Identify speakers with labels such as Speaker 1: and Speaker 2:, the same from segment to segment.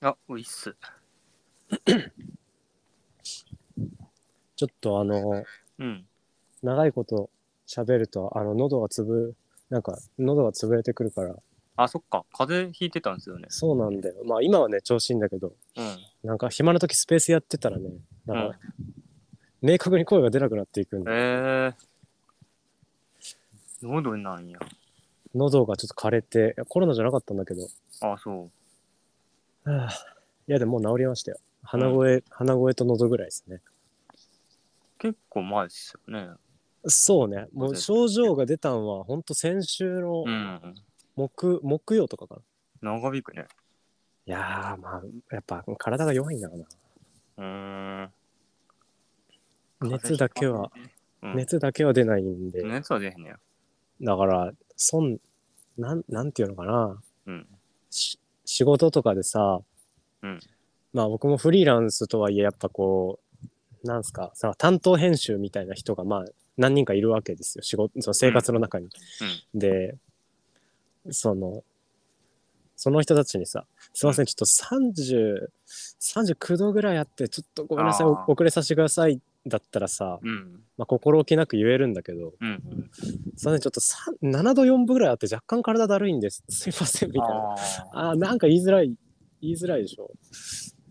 Speaker 1: あ、おいっす。
Speaker 2: ちょっとあの、
Speaker 1: うん。
Speaker 2: 長いこと喋ると、あの、喉がつぶ、なんか、喉が潰れてくるから、
Speaker 1: あ、そっか。風邪ひいてたんですよね。
Speaker 2: そうなんだよ。まあ、今はね、調子いいんだけど、
Speaker 1: うん。
Speaker 2: なんか、暇な時スペースやってたらね、なんか、明確に声が出なくなっていくんで、
Speaker 1: えー。喉なんや。
Speaker 2: 喉がちょっと枯れて、コロナじゃなかったんだけど、
Speaker 1: あ、そう。
Speaker 2: はあいや、でももう治りましたよ。鼻声、鼻声と喉ぐらいですね。
Speaker 1: 結構前っすよね。
Speaker 2: そうね、も
Speaker 1: そう
Speaker 2: う
Speaker 1: です
Speaker 2: 症状が出たんは、ほんと先週の
Speaker 1: うん。
Speaker 2: 木,、木曜とかかな。
Speaker 1: 長引くね。
Speaker 2: いやー、まあ、やっぱ体が弱いんだろう
Speaker 1: うーん。
Speaker 2: な。熱だけは、
Speaker 1: うん、熱
Speaker 2: 熱だけは出ないんで、
Speaker 1: 熱は出へんねや。
Speaker 2: だから、損、なん、なんていうのかな。
Speaker 1: うん。
Speaker 2: し仕事とかでさ、
Speaker 1: うん
Speaker 2: まあ僕もフリーランスとはいえ、やっぱこう、なんすか、その担当編集みたいな人が、まあ、何人かいるわけですよ。仕事、その生活の中に。で、その、その人たちにさ、すいません、ちょっと30、39度ぐらいあって、ちょっとごめんなさい、
Speaker 1: あ
Speaker 2: お
Speaker 1: ー
Speaker 2: 遅れさせてくださいだったらさ、
Speaker 1: うん。うん。
Speaker 2: まあ、心置きなく言えるんだけど、
Speaker 1: うん。うん、
Speaker 2: すいません、ちょっとさ7度4分ぐらいあって若干体だるいんです、 すいません、みたいな。
Speaker 1: ああ。
Speaker 2: ああー、なんか言いづらい、言いづらいでしょ。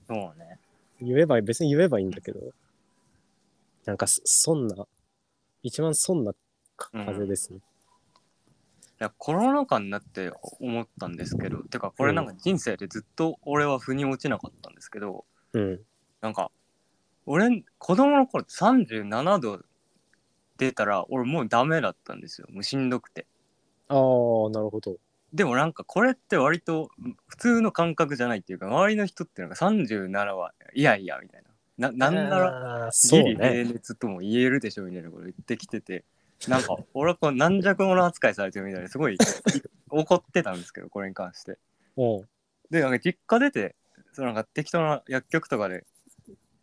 Speaker 1: そうね。
Speaker 2: 言えば、別に言えばいいんだけど、なんかそそんな、一番そんなか風邪ですね。
Speaker 1: いやコロナ禍になって思ったんですけどてかこれなんか人生でずっと俺は腑に落ちなかったんですけど、
Speaker 2: うん。
Speaker 1: なんか俺子供の頃37度出たら俺もうダメだったんですよもうしんどくて
Speaker 2: ああ、なるほど。
Speaker 1: でもなんかこれって割と普通の感覚じゃないっていうか周りの人ってなんか37はいやいやみたいなななんなら
Speaker 2: ら、そ
Speaker 1: ギ
Speaker 2: う
Speaker 1: リ
Speaker 2: ね。
Speaker 1: 平熱とも言えるでしょみたいなこと言ってきててなんか俺はこう軟弱者扱いされてるみたいですごい怒ってたんですけどこれに関して。
Speaker 2: うん。
Speaker 1: でなんか実家出てそのなんか適当な薬局とかで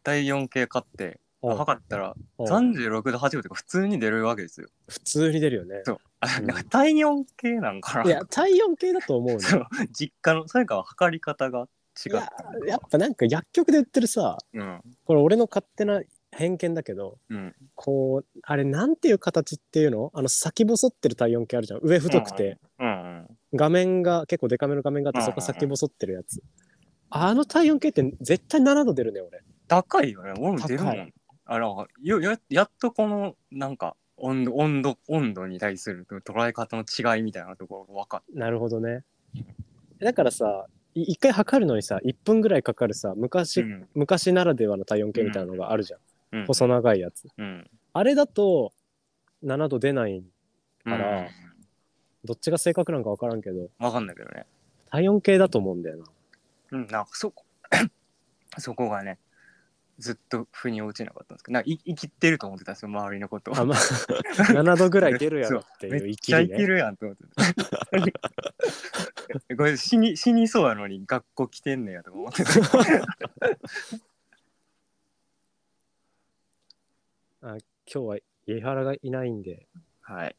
Speaker 1: 体温計買って
Speaker 2: うん
Speaker 1: 測ったら
Speaker 2: うん
Speaker 1: 36度8分とか普通に出るわけですよ。
Speaker 2: 普通に出る よね。
Speaker 1: そうあ
Speaker 2: うん
Speaker 1: なんか体温計なんか
Speaker 2: い
Speaker 1: な
Speaker 2: や、体温計だと思うね。
Speaker 1: そう実家のそれかは測り方が違
Speaker 2: いうや、やっぱなんか薬局で売ってるさ、
Speaker 1: うん
Speaker 2: これ俺の勝手な偏見だけど、
Speaker 1: うん
Speaker 2: こう、あれなんていう形っていうのあの先細ってる体温計あるじゃん。上太くて、
Speaker 1: うんうん
Speaker 2: 画面が結構デカめの画面があって、
Speaker 1: うん
Speaker 2: そこ先細ってるやつ。あの体温計って絶対7度出るね、俺。
Speaker 1: 高いよね俺も出るも
Speaker 2: 高
Speaker 1: んあのよややっとこのなんか温度温度温度に対する捉え方の違いみたいなところが分かっ
Speaker 2: なるほどね。だからさ、い一回測るのにさ、1分ぐらいかかるさ、
Speaker 1: て、
Speaker 2: 昔、
Speaker 1: うん
Speaker 2: 昔ならではの体温計みたいなのがあるじゃん。
Speaker 1: うん、
Speaker 2: 細長いやつ。
Speaker 1: うん
Speaker 2: あれだと7度出ない
Speaker 1: うん、
Speaker 2: からどっちが正確なんか分からんけど
Speaker 1: 分かんないけどね
Speaker 2: 体温計だと思うんだよな
Speaker 1: うん、なんかそこ そこがねずっと腑に落ちなかったんですけどなんかい生きてると思ってたんですよ周りのことを
Speaker 2: あ、まあ、7度ぐらい出るやろって
Speaker 1: め
Speaker 2: いう
Speaker 1: っ
Speaker 2: 生
Speaker 1: ち
Speaker 2: き
Speaker 1: ゃ
Speaker 2: り
Speaker 1: 生き
Speaker 2: ね
Speaker 1: るやんと思ってた これ死に死にそうやのに学校来てんねやとか思ってた
Speaker 2: 今日は家原がいないんで
Speaker 1: はい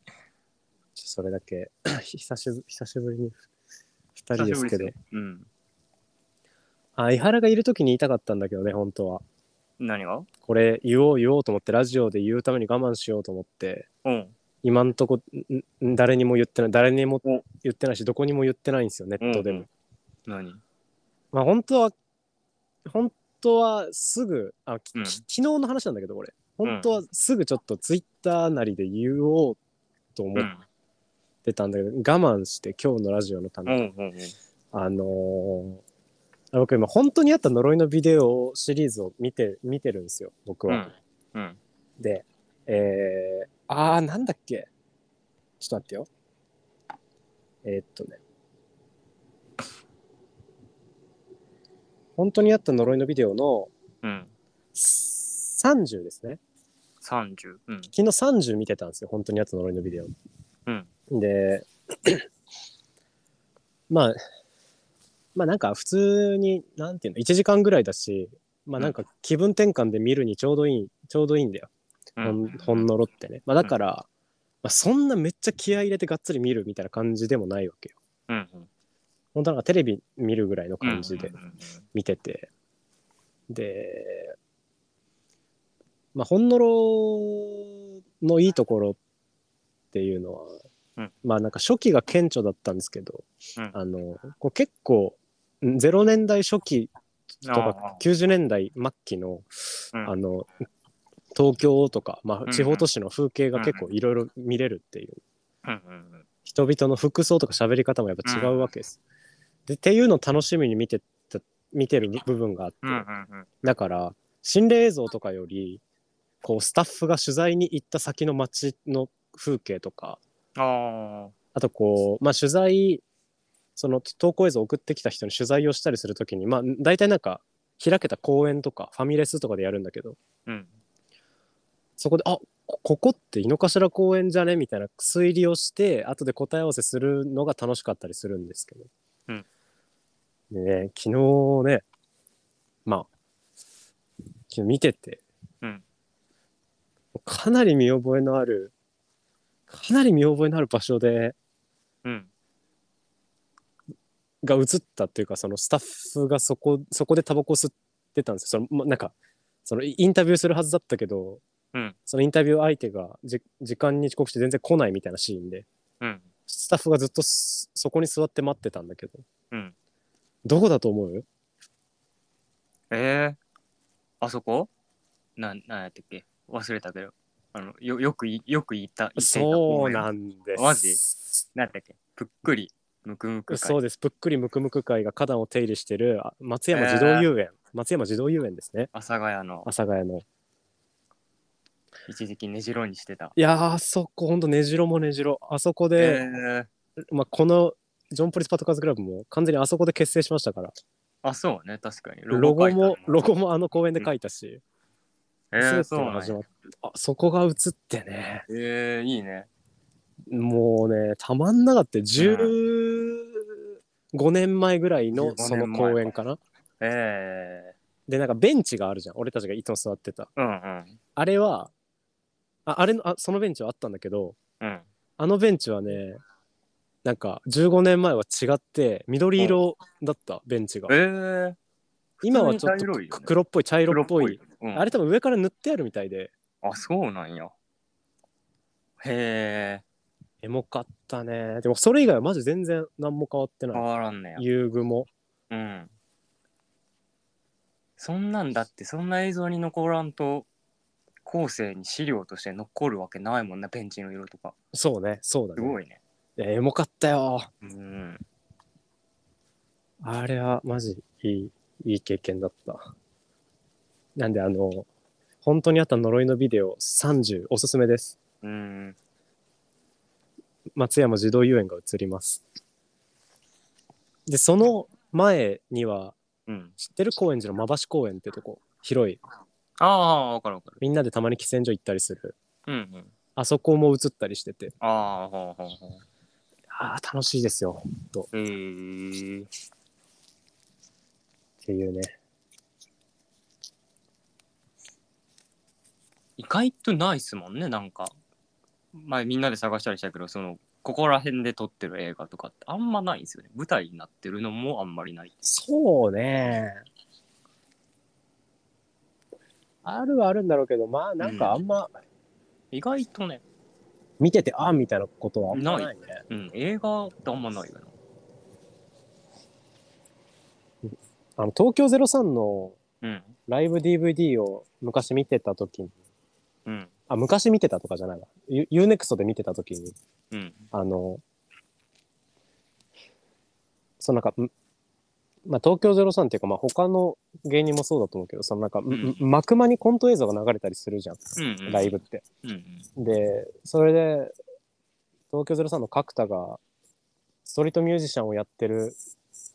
Speaker 2: ちょっとそれだけ 久しぶ久しぶりに2人です
Speaker 1: 久しぶ
Speaker 2: けど
Speaker 1: りですねうん
Speaker 2: あ伊原がいる時に言いたかったんだけどね本当は
Speaker 1: 何が
Speaker 2: これ言おう言おうと思ってラジオで言うために我慢しようと思って
Speaker 1: うん
Speaker 2: 今んとこんん誰にも言ってない誰にも
Speaker 1: お
Speaker 2: 言ってないしどこにも言ってないんですよネットでも、
Speaker 1: うん何
Speaker 2: まあ本当は、本当はすぐ、あ、き
Speaker 1: うん
Speaker 2: き昨日の話なんだけど、俺。本当はすぐちょっとツイッターなりで言おうと思
Speaker 1: う
Speaker 2: っ
Speaker 1: ん
Speaker 2: てたんだけど、我慢して今日のラジオのた
Speaker 1: う
Speaker 2: めに、
Speaker 1: んうん
Speaker 2: あのーあ僕今本当にあった呪いのビデオシリーズを見て、見てるんですよ、僕
Speaker 1: う
Speaker 2: は。
Speaker 1: んうん
Speaker 2: で、えー、あー、なんだっけ。ちょっと待ってよ。えーっとね。本当にあった呪いのビデオの、
Speaker 1: うん
Speaker 2: 30ですね。
Speaker 1: 30うん
Speaker 2: 昨日30見てたんですよ、本当にやつ呪いのビデオ。
Speaker 1: うん
Speaker 2: で、 まあ、まあなんか普通に、なんていうの、1時間ぐらいだし、まあなんか気分転換で見るにちょうどいい、ちょうどいいんだよ、
Speaker 1: う
Speaker 2: ほん
Speaker 1: ん
Speaker 2: ほんのろってね。まあだから、まあそんなめっちゃ気合い入れてがっつり見るみたいな感じでもないわけよ。
Speaker 1: うん
Speaker 2: 本当なんかテレビ見るぐらいの感じで
Speaker 1: うんうんうん
Speaker 2: 見てて、で、まあ、ほんのろのいいところっていうのは、
Speaker 1: うん
Speaker 2: まあなんか初期が顕著だったんですけど、
Speaker 1: うん
Speaker 2: あのこう結構ん0年代初期と
Speaker 1: あ
Speaker 2: か90年代末期の
Speaker 1: うん
Speaker 2: あの東京とか、ま
Speaker 1: んう
Speaker 2: あ、
Speaker 1: ん
Speaker 2: 地方都市の風景が結構いろいろ見れるっていう
Speaker 1: あうんうんうん
Speaker 2: 人々の服装とか喋り方もやっぱ違うわけです。でっていうのを楽しみに見てた見てる部分があって、
Speaker 1: うんうんうん
Speaker 2: だから心霊映像とかよりこうスタッフが取材に行った先の街の風景とか
Speaker 1: あ
Speaker 2: あとこう、まあ、取材その投稿映像を送ってきた人に取材をしたりするときに、まあ、大体なんか開けた公園とかファミレスとかでやるんだけど
Speaker 1: ーうん
Speaker 2: そこで「あこここって井の頭公園じゃね?」みたいな推理をして後で答え合わせするのが楽しかったりするんですけど、
Speaker 1: うん
Speaker 2: でね昨日ねまあ昨日見てて、
Speaker 1: うん
Speaker 2: かなり見覚えのあるかなり見覚えのある場所で
Speaker 1: うん
Speaker 2: が映ったっていうかそのスタッフがそこそこでタバコ吸ってたんですよそのまなんかそのイインタビューするはずだったけど、
Speaker 1: うん
Speaker 2: そのインタビュー相手がじ時間に遅刻して全然来ないみたいなシーンで
Speaker 1: うん
Speaker 2: スタッフがずっとすそこに座って待ってたんだけど、
Speaker 1: うん
Speaker 2: どこだと思う
Speaker 1: えー、あそこなんなんやったっけ忘れたけどあのよよくいよく言った言っていた
Speaker 2: そうなんです
Speaker 1: マジなんやったっけぷっくりむくむく会
Speaker 2: そうですぷっくりむくむく会が花壇を手入れしてるあ松山児童遊園、松山児童遊園ですね
Speaker 1: 阿佐ヶ谷の
Speaker 2: 阿佐ヶ谷の
Speaker 1: 一時期ねじろにしてた
Speaker 2: いやーあそこほんと根城も根城あそこで、
Speaker 1: えー、
Speaker 2: まあ、このジョン・ポリス・パトカーズ・クラブも完全にあそこで結成しましたから
Speaker 1: あそうね確かに
Speaker 2: ロゴもロゴ
Speaker 1: も
Speaker 2: もあの公園で書いたし、
Speaker 1: え
Speaker 2: 全て
Speaker 1: ー、
Speaker 2: が
Speaker 1: そうなん
Speaker 2: 始
Speaker 1: や
Speaker 2: まっあそこが映ってね
Speaker 1: えー、いいね
Speaker 2: もうねたまんなかったよ15年前ぐらいの
Speaker 1: 15
Speaker 2: その公園かな
Speaker 1: え
Speaker 2: でなんかベンチがあるじゃん俺たちがいつも座ってた
Speaker 1: ー、うんうん
Speaker 2: あれはああれのあそのベンチはあったんだけど
Speaker 1: うん
Speaker 2: あのベンチはねなんか15年前は違って緑色だったベンチが
Speaker 1: えー、
Speaker 2: 今はちょっ
Speaker 1: 普通に茶色いよ
Speaker 2: と
Speaker 1: ね
Speaker 2: 黒っぽい茶色っぽい
Speaker 1: うん、
Speaker 2: あれ多分上から塗ってあるみたいで、
Speaker 1: あそうなんやへえ
Speaker 2: エモかったね。でもそれ以外はマジ全然何も変わって
Speaker 1: 変
Speaker 2: ない。
Speaker 1: わらんねや
Speaker 2: 遊具も。
Speaker 1: うんそんなんだってそんな映像に残らんと後世に資料として残るわけないもんなベンチの色とか
Speaker 2: そうね、そうだ
Speaker 1: す
Speaker 2: ね。
Speaker 1: ごいね
Speaker 2: いやエモかったよ。
Speaker 1: うん
Speaker 2: あれはマジいい、いい経験だった。なんであの、本当にあった呪いのビデオ30おすすめです。
Speaker 1: うん
Speaker 2: 松山児童遊園が映ります。で、その前には、
Speaker 1: うん
Speaker 2: 知ってる高円寺の馬橋公園ってとこ、広い。
Speaker 1: ああわかるわかる
Speaker 2: みんなでたまに喫煙所行ったりする。
Speaker 1: うんうん
Speaker 2: あそこも映ったりしてて。
Speaker 1: ああほうほうほう
Speaker 2: ああ、楽しいですよ。
Speaker 1: えー、
Speaker 2: っていうね。
Speaker 1: 意外とないっすもんねなんか前みんなで探したりしたけどそのここら辺で撮ってる映画とかってあんまないんですよね舞台になってるのもあんまりない
Speaker 2: そうね。あるはあるんだろうけど、まあなんかあんま
Speaker 1: 意外とね、
Speaker 2: 見てて、ああみたいなことはあんま
Speaker 1: な
Speaker 2: ないね。
Speaker 1: うん、映画ってあんまないよな
Speaker 2: あの、東京03の
Speaker 1: うん
Speaker 2: ライブ DVD を昔見てた時に、
Speaker 1: うん
Speaker 2: あ、昔見てたとかじゃないわ。ユ UNEXT で見てた時に、
Speaker 1: うん
Speaker 2: あの、そのなんか、んまあ、東京03っていうか、まあ、他の芸人もそうだと思うけど、そのなんか、
Speaker 1: ん
Speaker 2: ん幕間にコント映像が流れたりするじゃん、
Speaker 1: うん
Speaker 2: ライブって。
Speaker 1: うんうん
Speaker 2: で、それで、東京03の角田が、ストリートミュージシャンをやってる、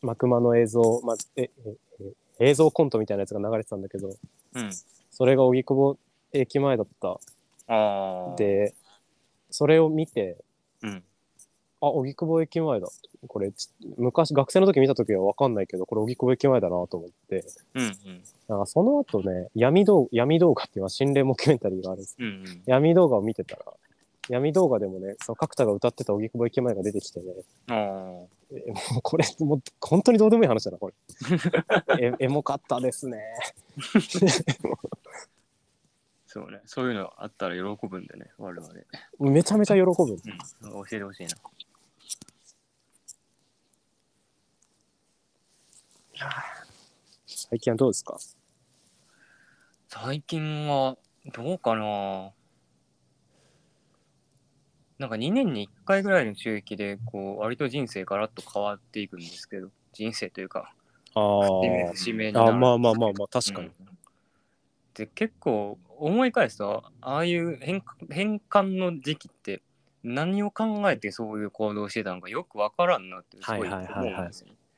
Speaker 2: マクマの映像、まあ、え、ええ映像コントみたいなやつが流れてたんだけど、
Speaker 1: うん
Speaker 2: それが荻窪駅前だっ
Speaker 1: あ
Speaker 2: た。
Speaker 1: あ
Speaker 2: で、それを見て、
Speaker 1: うん
Speaker 2: あ、荻窪駅前だ。これ、ち昔、学生の時見た時はわかんないけど、これ荻窪駅前だなと思って、
Speaker 1: うんうん
Speaker 2: なんかその後ね、闇動画、闇動画っていうのは心霊モキュメンタリーがあるんです。
Speaker 1: うんうん
Speaker 2: 闇動画を見てたら、闇動画でもね、その角田が歌ってた荻窪駅前が出てきてね、
Speaker 1: あ
Speaker 2: えもうこれ、もう本当にどうでもいい話だな、こ れ。えエモかったですね。
Speaker 1: そうねそういうのあったら喜ぶんでね我々、うん、
Speaker 2: めちゃめちゃ喜ぶ。
Speaker 1: 教えてほしいな
Speaker 2: 最近はどうですか
Speaker 1: 最近はどうかななんか2年に1回ぐらいの周期でこう割と人生ガラッと変わっていくんですけど人生というか
Speaker 2: あ
Speaker 1: 節目
Speaker 2: ー
Speaker 1: 節目になる
Speaker 2: あ、まあまあまあまあ、確かに。
Speaker 1: うんで結構思い返すとああいう変変換の時期って何を考えてそういう行動をしてたのかよくわからんなってすごい思うんですよね。
Speaker 2: はいはいはいはい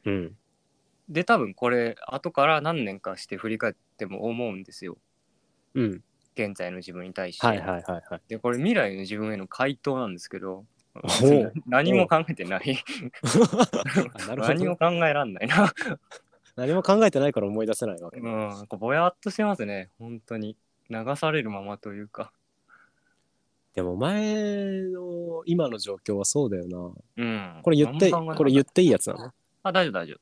Speaker 2: うん。
Speaker 1: で多分これ後から何年かして振り返っても思うんですよ
Speaker 2: うん。
Speaker 1: 現在の自分に対して。
Speaker 2: はいはいはいはい。
Speaker 1: でこれ未来の自分への回答なんですけど
Speaker 2: う
Speaker 1: 何も考えてない
Speaker 2: あなるほど。
Speaker 1: 何も考えらんないな、
Speaker 2: 何も考えてないから思い出せないわけ。
Speaker 1: うん、こうぼやっとしてますね本当に流されるままというか。
Speaker 2: でも前の今の状況はそうだよな。
Speaker 1: うん、
Speaker 2: これ言って、
Speaker 1: 何も考えなかた
Speaker 2: これ言っていいやつなの
Speaker 1: あ、大丈夫、大丈夫。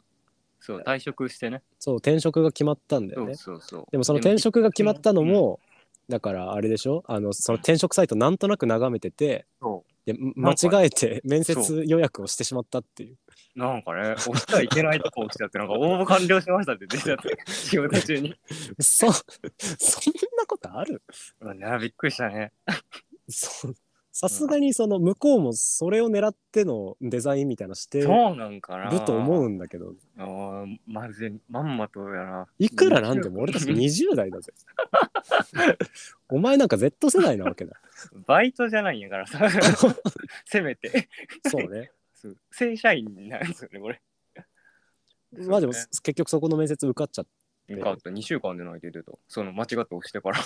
Speaker 1: そう、退職してね。
Speaker 2: そう、転職が決まったんだ
Speaker 1: そ
Speaker 2: よ
Speaker 1: う
Speaker 2: ね。
Speaker 1: そうそう。
Speaker 2: でもその転職が決まったのも、だからあれでしょあの、その転職サイトなんとなく眺めてて、
Speaker 1: そ
Speaker 2: で間
Speaker 1: なんか
Speaker 2: 違えて面
Speaker 1: そ
Speaker 2: 接予約をしてしまったっていう。
Speaker 1: う。なんかね、押したらいけないとこ押しちゃって、なんか応募完了しましたって出ちゃ って、仕事中に。
Speaker 2: そ、そんなことある
Speaker 1: うわね、びっくりしたね。
Speaker 2: そさすがにその向こうもそれを狙ってのデザインみたいなしてる
Speaker 1: そうなんかな。
Speaker 2: と思うんだけど、
Speaker 1: あーまずい、まんまとやな。
Speaker 2: いくらなんでも俺たち
Speaker 1: に。
Speaker 2: 20代だぜ。 お前なんか Z 世代なわけだ。
Speaker 1: バイトじゃないんやからさ、 せめて。
Speaker 2: そうね。
Speaker 1: そう正社員になるんですよね、これ。
Speaker 2: まあでも、
Speaker 1: そうね
Speaker 2: 結局そこの面接受かっちゃって
Speaker 1: よかった、2週間で泣いてると。その間違って押してから。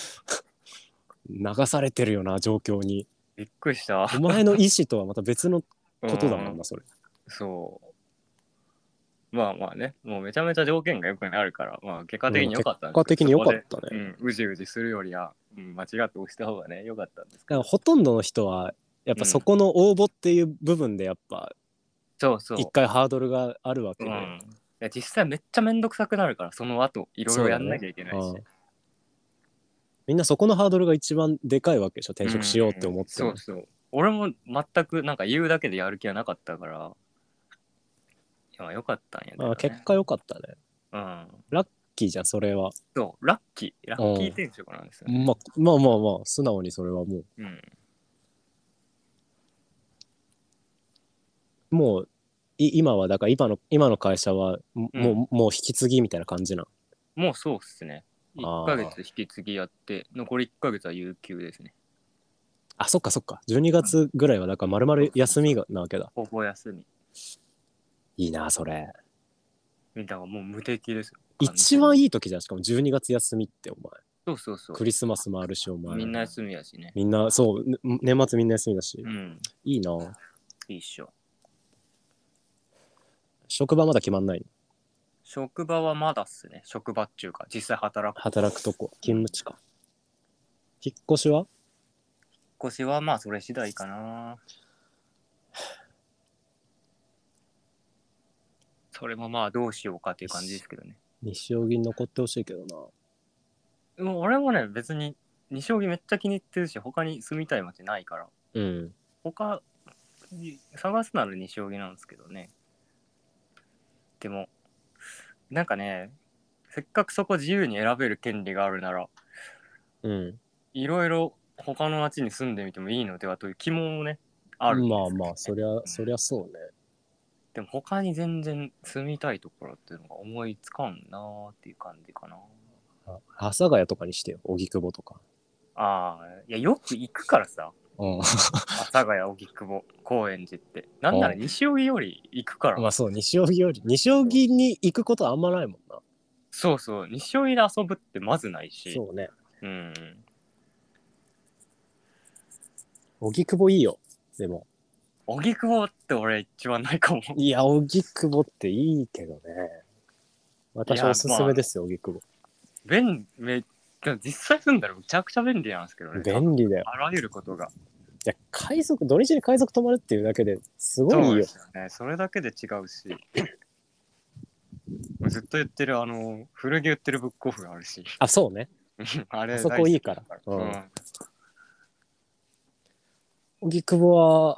Speaker 2: 流されてるよな状況に。
Speaker 1: びっくりした。
Speaker 2: お前の意思とはまた別のことだも
Speaker 1: うん
Speaker 2: なそれ。
Speaker 1: そう。まあまあね、もうめちゃめちゃ条件がよくなるから、まあ結果的に良かったん
Speaker 2: 結果的に良かっ
Speaker 1: そ
Speaker 2: た
Speaker 1: こ
Speaker 2: ね。
Speaker 1: でうん、うじうじするよりは、うん、間違って押した方がね、良かったんです
Speaker 2: だ
Speaker 1: け
Speaker 2: から
Speaker 1: ど。
Speaker 2: ほとんどの人はやっぱそこの応募っていう部分でやっぱ
Speaker 1: そうそう。
Speaker 2: 一回ハードルがあるわけ
Speaker 1: う
Speaker 2: で、
Speaker 1: ん。いや実際めっちゃめんどくさくなるから、その後、いろいろやんなきゃいけないし。
Speaker 2: うんみんなそこのハードルが一番でかいわけでしょ転職しようって思って
Speaker 1: うん
Speaker 2: も、
Speaker 1: そうそう。俺も全くなんか言うだけでやる気はなかったから、いや、良かったんやけど、ね。
Speaker 2: あ結果良かったね
Speaker 1: うん。
Speaker 2: キーじゃんそれは、
Speaker 1: そう、ラッキー。ラッキー転職なんですよね。
Speaker 2: まあ、まあまあまあ素直にそれはも
Speaker 1: うん。
Speaker 2: うもうい今はだから今の今の会社はも,、
Speaker 1: うん
Speaker 2: うもう引き継ぎみたいな感じなん
Speaker 1: もうそうっすね。
Speaker 2: あ
Speaker 1: 1
Speaker 2: ー
Speaker 1: ヶ月引き継ぎやって、残り1ヶ月は有給ですね。
Speaker 2: あそっかそっか12月ぐらいはだから丸々休みがなわけだ
Speaker 1: ほぼ休み。
Speaker 2: いいなそれ
Speaker 1: みたいなもう無敵ですよ。
Speaker 2: 一番
Speaker 1: い
Speaker 2: いい時じゃんしかも12月休みってお前
Speaker 1: そうそうそ
Speaker 2: クリスマスもあるしお
Speaker 1: う。
Speaker 2: 前
Speaker 1: みんな休みやしね。
Speaker 2: みんなそうね年末みんな休みだし、
Speaker 1: うん。
Speaker 2: いいな
Speaker 1: 一緒
Speaker 2: 職場まだ決まんない
Speaker 1: 職場はまだっすね。職場っちゅうか、実際働く。
Speaker 2: 働くとこ勤務地か引っ越しは
Speaker 1: 引っ越しはまあそれ次第かな。それもまあどうしようかっていう感じですけどね。
Speaker 2: 西荻に残ってほしいけどな
Speaker 1: でも俺もね、別に西荻めっちゃ気に入ってるし、他に住みたい街ないから。
Speaker 2: うん
Speaker 1: 他に探すなら西荻なんですけどねでもなんかねせっかくそこ自由に選べる権利があるなら
Speaker 2: うん
Speaker 1: いろいろ他の町に住んでみてもいいのではという気もねあるんです
Speaker 2: まあ
Speaker 1: けどね
Speaker 2: まあそりゃそりゃそうね
Speaker 1: でも他に全然住みたいところっていうのが思いつかんなーっていう感じかな
Speaker 2: あ阿佐ヶ谷とかにしてよ荻窪とか
Speaker 1: ああいやよく行くからさ
Speaker 2: うん
Speaker 1: 阿佐ヶ谷荻窪高円寺ってなんなら西荻より行く から
Speaker 2: まあそう西荻より西荻に行くことはあんまないもんな
Speaker 1: そうそう西荻で遊ぶってまずないし
Speaker 2: そうね
Speaker 1: うん
Speaker 2: 荻窪いいよでも
Speaker 1: 荻窪って俺一番ないかも。
Speaker 2: いや荻窪っていいけどね私
Speaker 1: いや
Speaker 2: おすすめですよ荻窪
Speaker 1: 便め実際住んだらむちゃくちゃ便利なんですけどね。
Speaker 2: 便利だよ
Speaker 1: あらゆることが。
Speaker 2: いや海賊土日に海賊泊まるっていうだけですご
Speaker 1: そ
Speaker 2: いうよ
Speaker 1: ですよね。それだけで違う し。ずっと言ってる、あの、古着売ってるブックオフがあるし。
Speaker 2: あそうね
Speaker 1: あれ
Speaker 2: あそこいいから
Speaker 1: 大好きだ
Speaker 2: う
Speaker 1: うんん。
Speaker 2: 荻窪は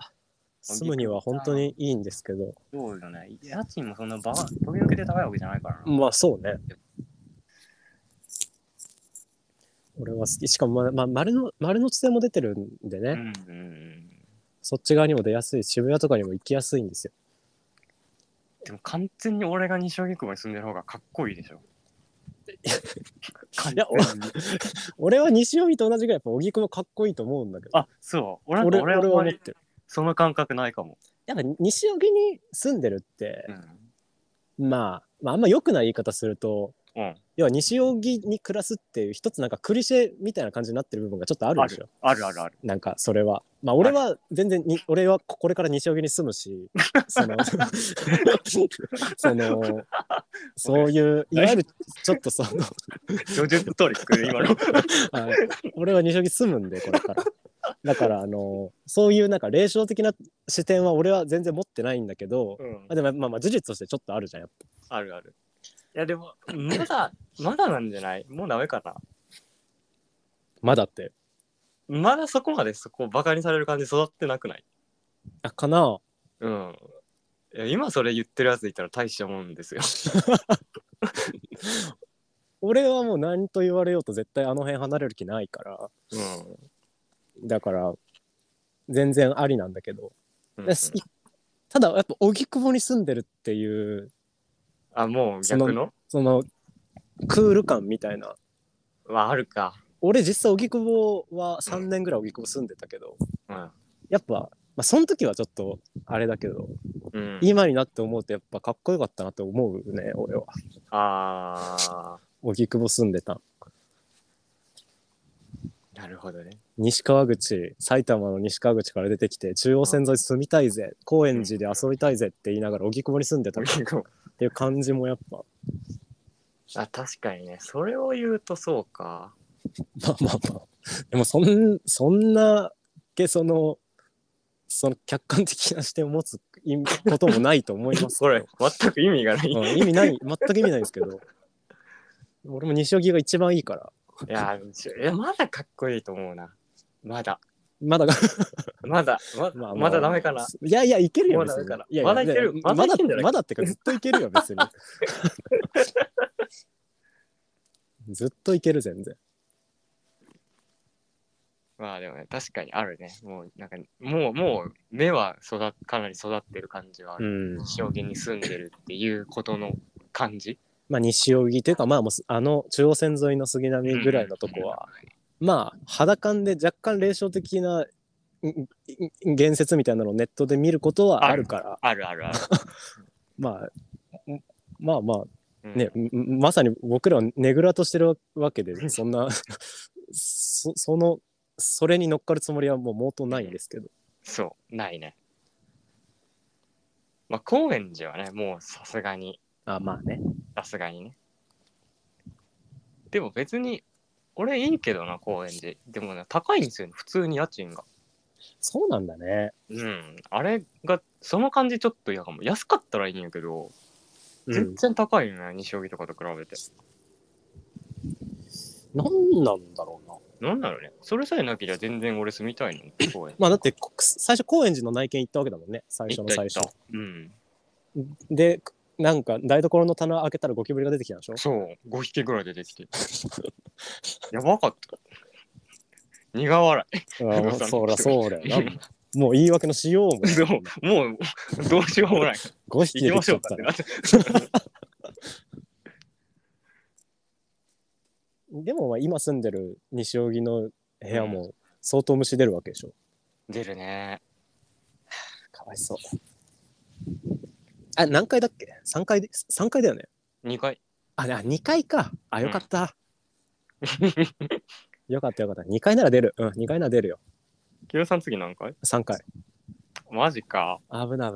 Speaker 2: 住むには本当にいいんですけど
Speaker 1: そうよね。家賃もそんなば、飛び抜けて高いわけじゃないからな。
Speaker 2: まあそうね俺は好きしかも、ままあ、丸の丸の内線も出てるんでね、
Speaker 1: うんうんうん。
Speaker 2: そっち側にも出やすい渋谷とかにも行きやすいんですよ
Speaker 1: でも完全に俺が西荻窪に住んでる方がかっこいいでしょ。 完
Speaker 2: いや
Speaker 1: 全に
Speaker 2: 俺は西尾と同じぐらいやっぱ荻窪かっこいいと思うんだけど
Speaker 1: あ、そう。俺
Speaker 2: 俺
Speaker 1: 俺俺は
Speaker 2: 俺は
Speaker 1: あんま
Speaker 2: 思っ
Speaker 1: り
Speaker 2: てる
Speaker 1: その感覚ないかも。
Speaker 2: やっぱ西荻に住んでるって
Speaker 1: う、ん。
Speaker 2: まあ、まああんま良くない言い方すると
Speaker 1: うん。
Speaker 2: 要は西荻に暮らすっていう一つなんかクリシェみたいな感じになってる部分がちょっとある
Speaker 1: あ
Speaker 2: でしょ
Speaker 1: るあるあるある。
Speaker 2: なんかそれはまあ俺は全然に俺はこれから西荻に住 むしその そのそういういわゆるちょっとその
Speaker 1: 叙述トリックで今 の。
Speaker 2: あの俺は西荻住むんでこれからだからあのそういうなんか霊障的な視点は俺は全然持ってないんだけど、
Speaker 1: うん
Speaker 2: あでもまあまあ事実としてちょっとあるじゃんやっぱ
Speaker 1: あるある。いやでも、まだ、まだなんじゃないもうダメかな。
Speaker 2: まだって
Speaker 1: まだそこまでそこバカにされる感じ育ってなくない
Speaker 2: あかな
Speaker 1: うん。いや今それ言ってるやついたら大したもんですよ。
Speaker 2: 俺はもう何と言われようと絶対あの辺離れる気ないから
Speaker 1: う
Speaker 2: だから全然ありなんだけど、
Speaker 1: ん。
Speaker 2: だしただやっぱ荻窪に住んでるっていう
Speaker 1: あ、もう逆の
Speaker 2: そのクール感みたいな
Speaker 1: はあるか。
Speaker 2: 俺実際荻窪は3年ぐらい荻窪住んでたけど、
Speaker 1: うん。
Speaker 2: やっぱ、まあ、その時はちょっとあれだけど、
Speaker 1: うん、
Speaker 2: 今になって思うとやっぱかっこよかったなと思うね俺は
Speaker 1: あ
Speaker 2: 荻窪住んでた
Speaker 1: ー、なるほどね。
Speaker 2: 西川口埼玉の西川口から出てきて中央線沿い住みたいぜ高円寺で遊びたいぜって言いながら荻窪に住んでたっていう感じもやっぱ
Speaker 1: あ、確かにね。それを言うとそうか。
Speaker 2: まあまあまあでもそんそんなけそのその客観的な視点を持つ意味こともないと 思いますけ
Speaker 1: こ
Speaker 2: ど
Speaker 1: れ、全く意味がない。
Speaker 2: うん意味ない全く意味ないんですけど俺も西荻が一番いいから
Speaker 1: いやー、いやまだかっこいいと思うな。まだ。
Speaker 2: まだ
Speaker 1: まだ、ま
Speaker 2: まあ
Speaker 1: まだダメかな。。
Speaker 2: いやいや、いけるよ。
Speaker 1: まだ
Speaker 2: 別に
Speaker 1: ダメかない
Speaker 2: やいや
Speaker 1: まだいける
Speaker 2: まだ
Speaker 1: まだいけるんじゃない
Speaker 2: まだってか、ずっといける よ、別に。ずっといける、全然。
Speaker 1: まあでもね、確かにあるね。もう、なんか、もう、もう、目は育っかなり育ってる感じはあ
Speaker 2: う
Speaker 1: る。
Speaker 2: ん。
Speaker 1: 証言に住んでるっていうことの感じ。
Speaker 2: まあ、西荻っていうか、まあ、もうすあの、中央線沿いの杉並ぐらいのとこは、まあ、肌感で若干霊障的な、んんん言説みたいなのをネットで見ることはあるから、
Speaker 1: あるあ るある。
Speaker 2: まあ、んまあまあ、
Speaker 1: うん
Speaker 2: ね、んまさに僕らはねぐらとしてるわけで、そんな、そその、それに乗っかるつもりはもう毛頭ないんですけど。
Speaker 1: そう、ないね。まあ、高円寺はね、もうさすがに、
Speaker 2: あ、まあね。
Speaker 1: さすがにね。でも別に、俺いいけどな、高円寺。でもね、高いんですよね、普通に家賃が。
Speaker 2: そうなんだね。
Speaker 1: うん。あれが、その感じちょっと嫌かも。安かったらいいんやけど、
Speaker 2: う
Speaker 1: 全
Speaker 2: ん。
Speaker 1: 然高いよね、西荻とかと比べて。
Speaker 2: なんなんだろうな。
Speaker 1: なんだろうね。それさえなけりゃ全然俺住みたいのに、高円寺。
Speaker 2: まあだって、こ最初高円寺の内見行ったわけだもんね。 最初の最初
Speaker 1: 行っ。た行ったうん。
Speaker 2: で、なんか台所の棚開けたらゴキブリが出てきたんでしょ
Speaker 1: そう、5匹ぐらい出て きて。やばかった。苦笑い。
Speaker 2: ああそらそうだよな。
Speaker 1: な。
Speaker 2: もう言い訳のしようもない。
Speaker 1: そう、もう、どうしよう もない。
Speaker 2: 5匹
Speaker 1: 行き
Speaker 2: 出て
Speaker 1: ま
Speaker 2: き
Speaker 1: し
Speaker 2: ち
Speaker 1: ょ
Speaker 2: ゃっ
Speaker 1: うか
Speaker 2: た
Speaker 1: ってな
Speaker 2: ら。
Speaker 1: って。
Speaker 2: でもまあ今住んでる西荻の部屋も相当虫出るわけでしょ。
Speaker 1: 出るね。
Speaker 2: かわいそう。あ、何階だっけ ?3 階で、3階だよね。
Speaker 1: 2回。
Speaker 2: あ、あ2階か。あ、よかった。よかったよかった。2階なら出る。うん、2階なら出るよ。
Speaker 1: キヨさん次何回
Speaker 2: 3階。
Speaker 1: マジか。
Speaker 2: 危ない危ない。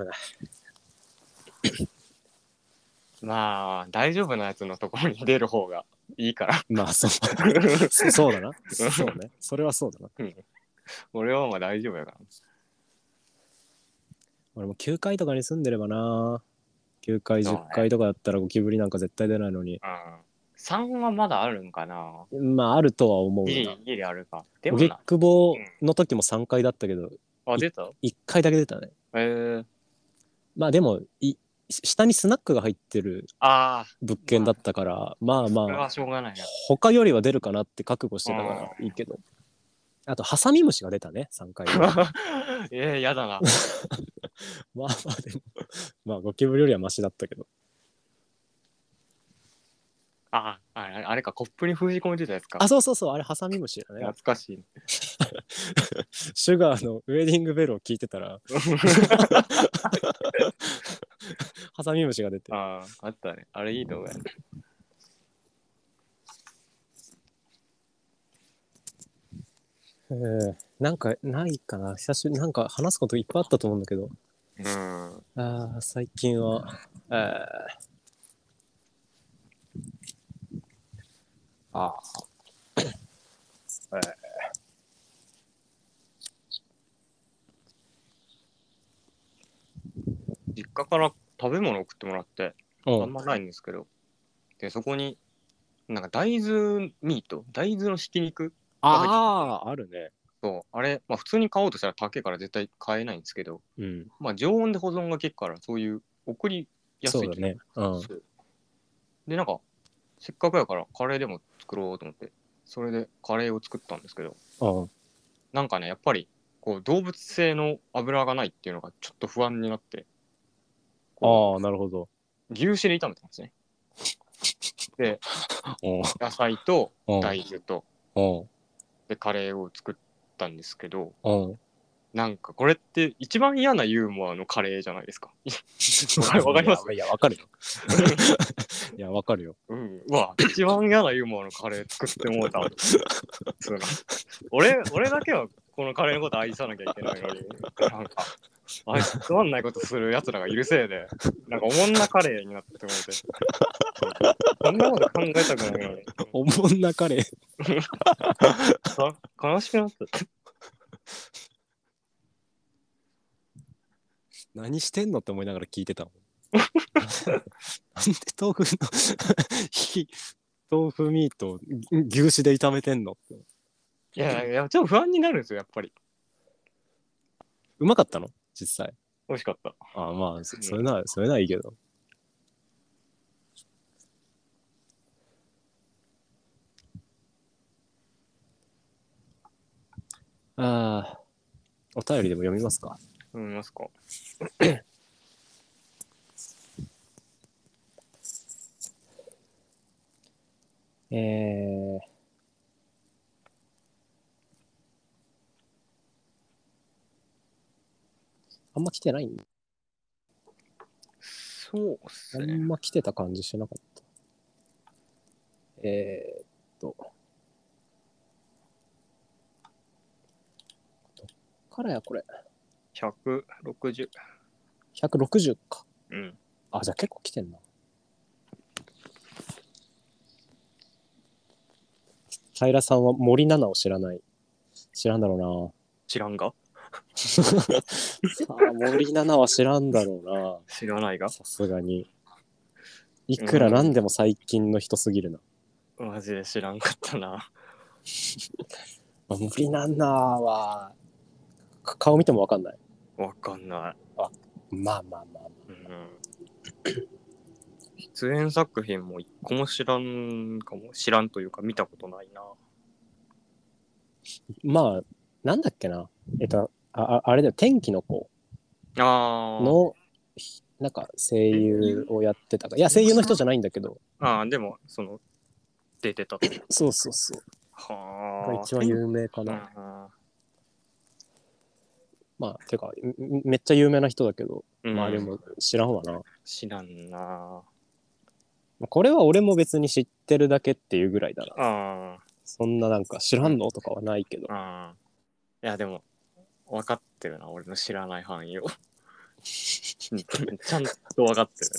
Speaker 1: まあ、大丈夫なやつのところに出る方がいいから。
Speaker 2: まあ、そう。そうだな。そうね。それはそうだな。
Speaker 1: うん俺はまあ大丈夫やから。
Speaker 2: 俺も9階とかに住んでればな9階
Speaker 1: そうね
Speaker 2: 10階とかだったらゴキブリなんか絶対出ないの
Speaker 1: う
Speaker 2: に
Speaker 1: ん。3はまだあるんかな
Speaker 2: まああるとは思う
Speaker 1: ギリ
Speaker 2: な
Speaker 1: ギリあるか。で
Speaker 2: お
Speaker 1: も
Speaker 2: ぎっ
Speaker 1: な。
Speaker 2: くぼの時も3階だったけど
Speaker 1: あ、出た
Speaker 2: 1階だけ出たね
Speaker 1: えー、
Speaker 2: まあでもいし下にスナックが入ってる
Speaker 1: ああ、
Speaker 2: 物件だったからまあ
Speaker 1: これ
Speaker 2: まあ
Speaker 1: はしょうがないな。
Speaker 2: 他よりは出るかなって覚悟してたからいいけどあとハサミムシが出たね3階
Speaker 1: えー、やだな。
Speaker 2: まあまあでもまあゴキブリよりはマシだったけど
Speaker 1: ああ、あれあれか、コップに封じ込めてたやつか。
Speaker 2: あそうそうそうあれハサミムシだね
Speaker 1: 懐かしい。
Speaker 2: シュガーのウェディングベルを聞いてた らハサミムシが出て
Speaker 1: ああ、あったね。あれいい動画やね。
Speaker 2: えーなんかないかな久しぶりなんか話すこといっぱいあったと思うんだけど
Speaker 1: うん。
Speaker 2: あー最近はあ
Speaker 1: あ実家から食べ物送ってもらって、
Speaker 2: ー
Speaker 1: あ
Speaker 2: うんん
Speaker 1: まないんですけど、で、そこに、なんか大豆ミート、大豆のひき肉
Speaker 2: あーあるね
Speaker 1: そう、あれ、まあ普通に買おうとしたら高いから絶対買えないんですけど、
Speaker 2: うん
Speaker 1: まあ常温で保存が効くから、そういう送りやすい
Speaker 2: そ
Speaker 1: と
Speaker 2: う
Speaker 1: い
Speaker 2: だ
Speaker 1: か
Speaker 2: ねうん
Speaker 1: そうでなんかせっかくやからカレーでも作ろうと思ってそれでカレーを作ったんですけど
Speaker 2: うん
Speaker 1: なんかねやっぱりこう動物性の油がないっていうのがちょっと不安になってこ
Speaker 2: ああなるほど
Speaker 1: う牛脂で炒めたんですね
Speaker 2: うん
Speaker 1: 野菜と
Speaker 2: うん
Speaker 1: 大豆と
Speaker 2: うん
Speaker 1: でカレーを作ったんですけど
Speaker 2: うん
Speaker 1: なんかこれって一番嫌なユーモアのカレーじゃないですか わかります
Speaker 2: いやいやわ かるよいやわかるよ
Speaker 1: うん、うわ、一番嫌なユーモアのカレー作ってもうた。その俺、俺だけはこのカレーのこと愛さなきゃいけないのに、なんか、あいつつまんないことするやつらがいるせいで、なんかおもんなカレーになって思って。そんなこと考えたくないのに、
Speaker 2: おもんなカレー
Speaker 1: さ悲しくなった。
Speaker 2: 何してんのって思いながら聞いてたもんなんで豆腐のひ豆腐ミートを牛牛脂で炒めてんのって
Speaker 1: いや、いや、ちょっと不安になるんですよ、やっぱり。
Speaker 2: うまかったの実際
Speaker 1: 美味しかった。
Speaker 2: ああまあそそれならそれならいいけどああお便りでも読みますか
Speaker 1: 飲みますか。
Speaker 2: えーあんま来てないん
Speaker 1: そうっす
Speaker 2: あん
Speaker 1: ね。
Speaker 2: ま来てた感じしなかった。えー、っと。どっからや、これ。
Speaker 1: 160。
Speaker 2: 160か。
Speaker 1: うん。
Speaker 2: あ、じゃあ結構来てんな。平さんは森七菜を知らない。知らんだろうな。
Speaker 1: 知らんが
Speaker 2: さあ、森七菜は知らんだろう
Speaker 1: 知らないが
Speaker 2: な。さすがに。いくらなんでも最近の人すぎるな。
Speaker 1: マジで知らんかったな。
Speaker 2: まあ、森七菜は、か顔見てもわかんない。
Speaker 1: わかんない。
Speaker 2: まあまあまあ、まあ。
Speaker 1: 出演作品も一個も知らんかも知らんというか見たことないな
Speaker 2: まあ、なんだっけな。えっと、あああれだよ、天気の子
Speaker 1: あー
Speaker 2: の、ひなんか声優をやってたか。いや、声優の人じゃないんだけど。
Speaker 1: あーでもその出てたと
Speaker 2: そうそうそう。
Speaker 1: は
Speaker 2: が
Speaker 1: あ
Speaker 2: 一番有名か
Speaker 1: 名
Speaker 2: な。まあ、てか、めめっちゃ有名な人だけど、
Speaker 1: うん、
Speaker 2: まあでも知らんわな。
Speaker 1: 知らんな
Speaker 2: これは俺も別に知ってるだけっていうぐらいだな。
Speaker 1: あー
Speaker 2: そんななんか知らんのとかはないけど。
Speaker 1: あーいやでも分かってるな俺の知らない範 囲をちゃんと分かってる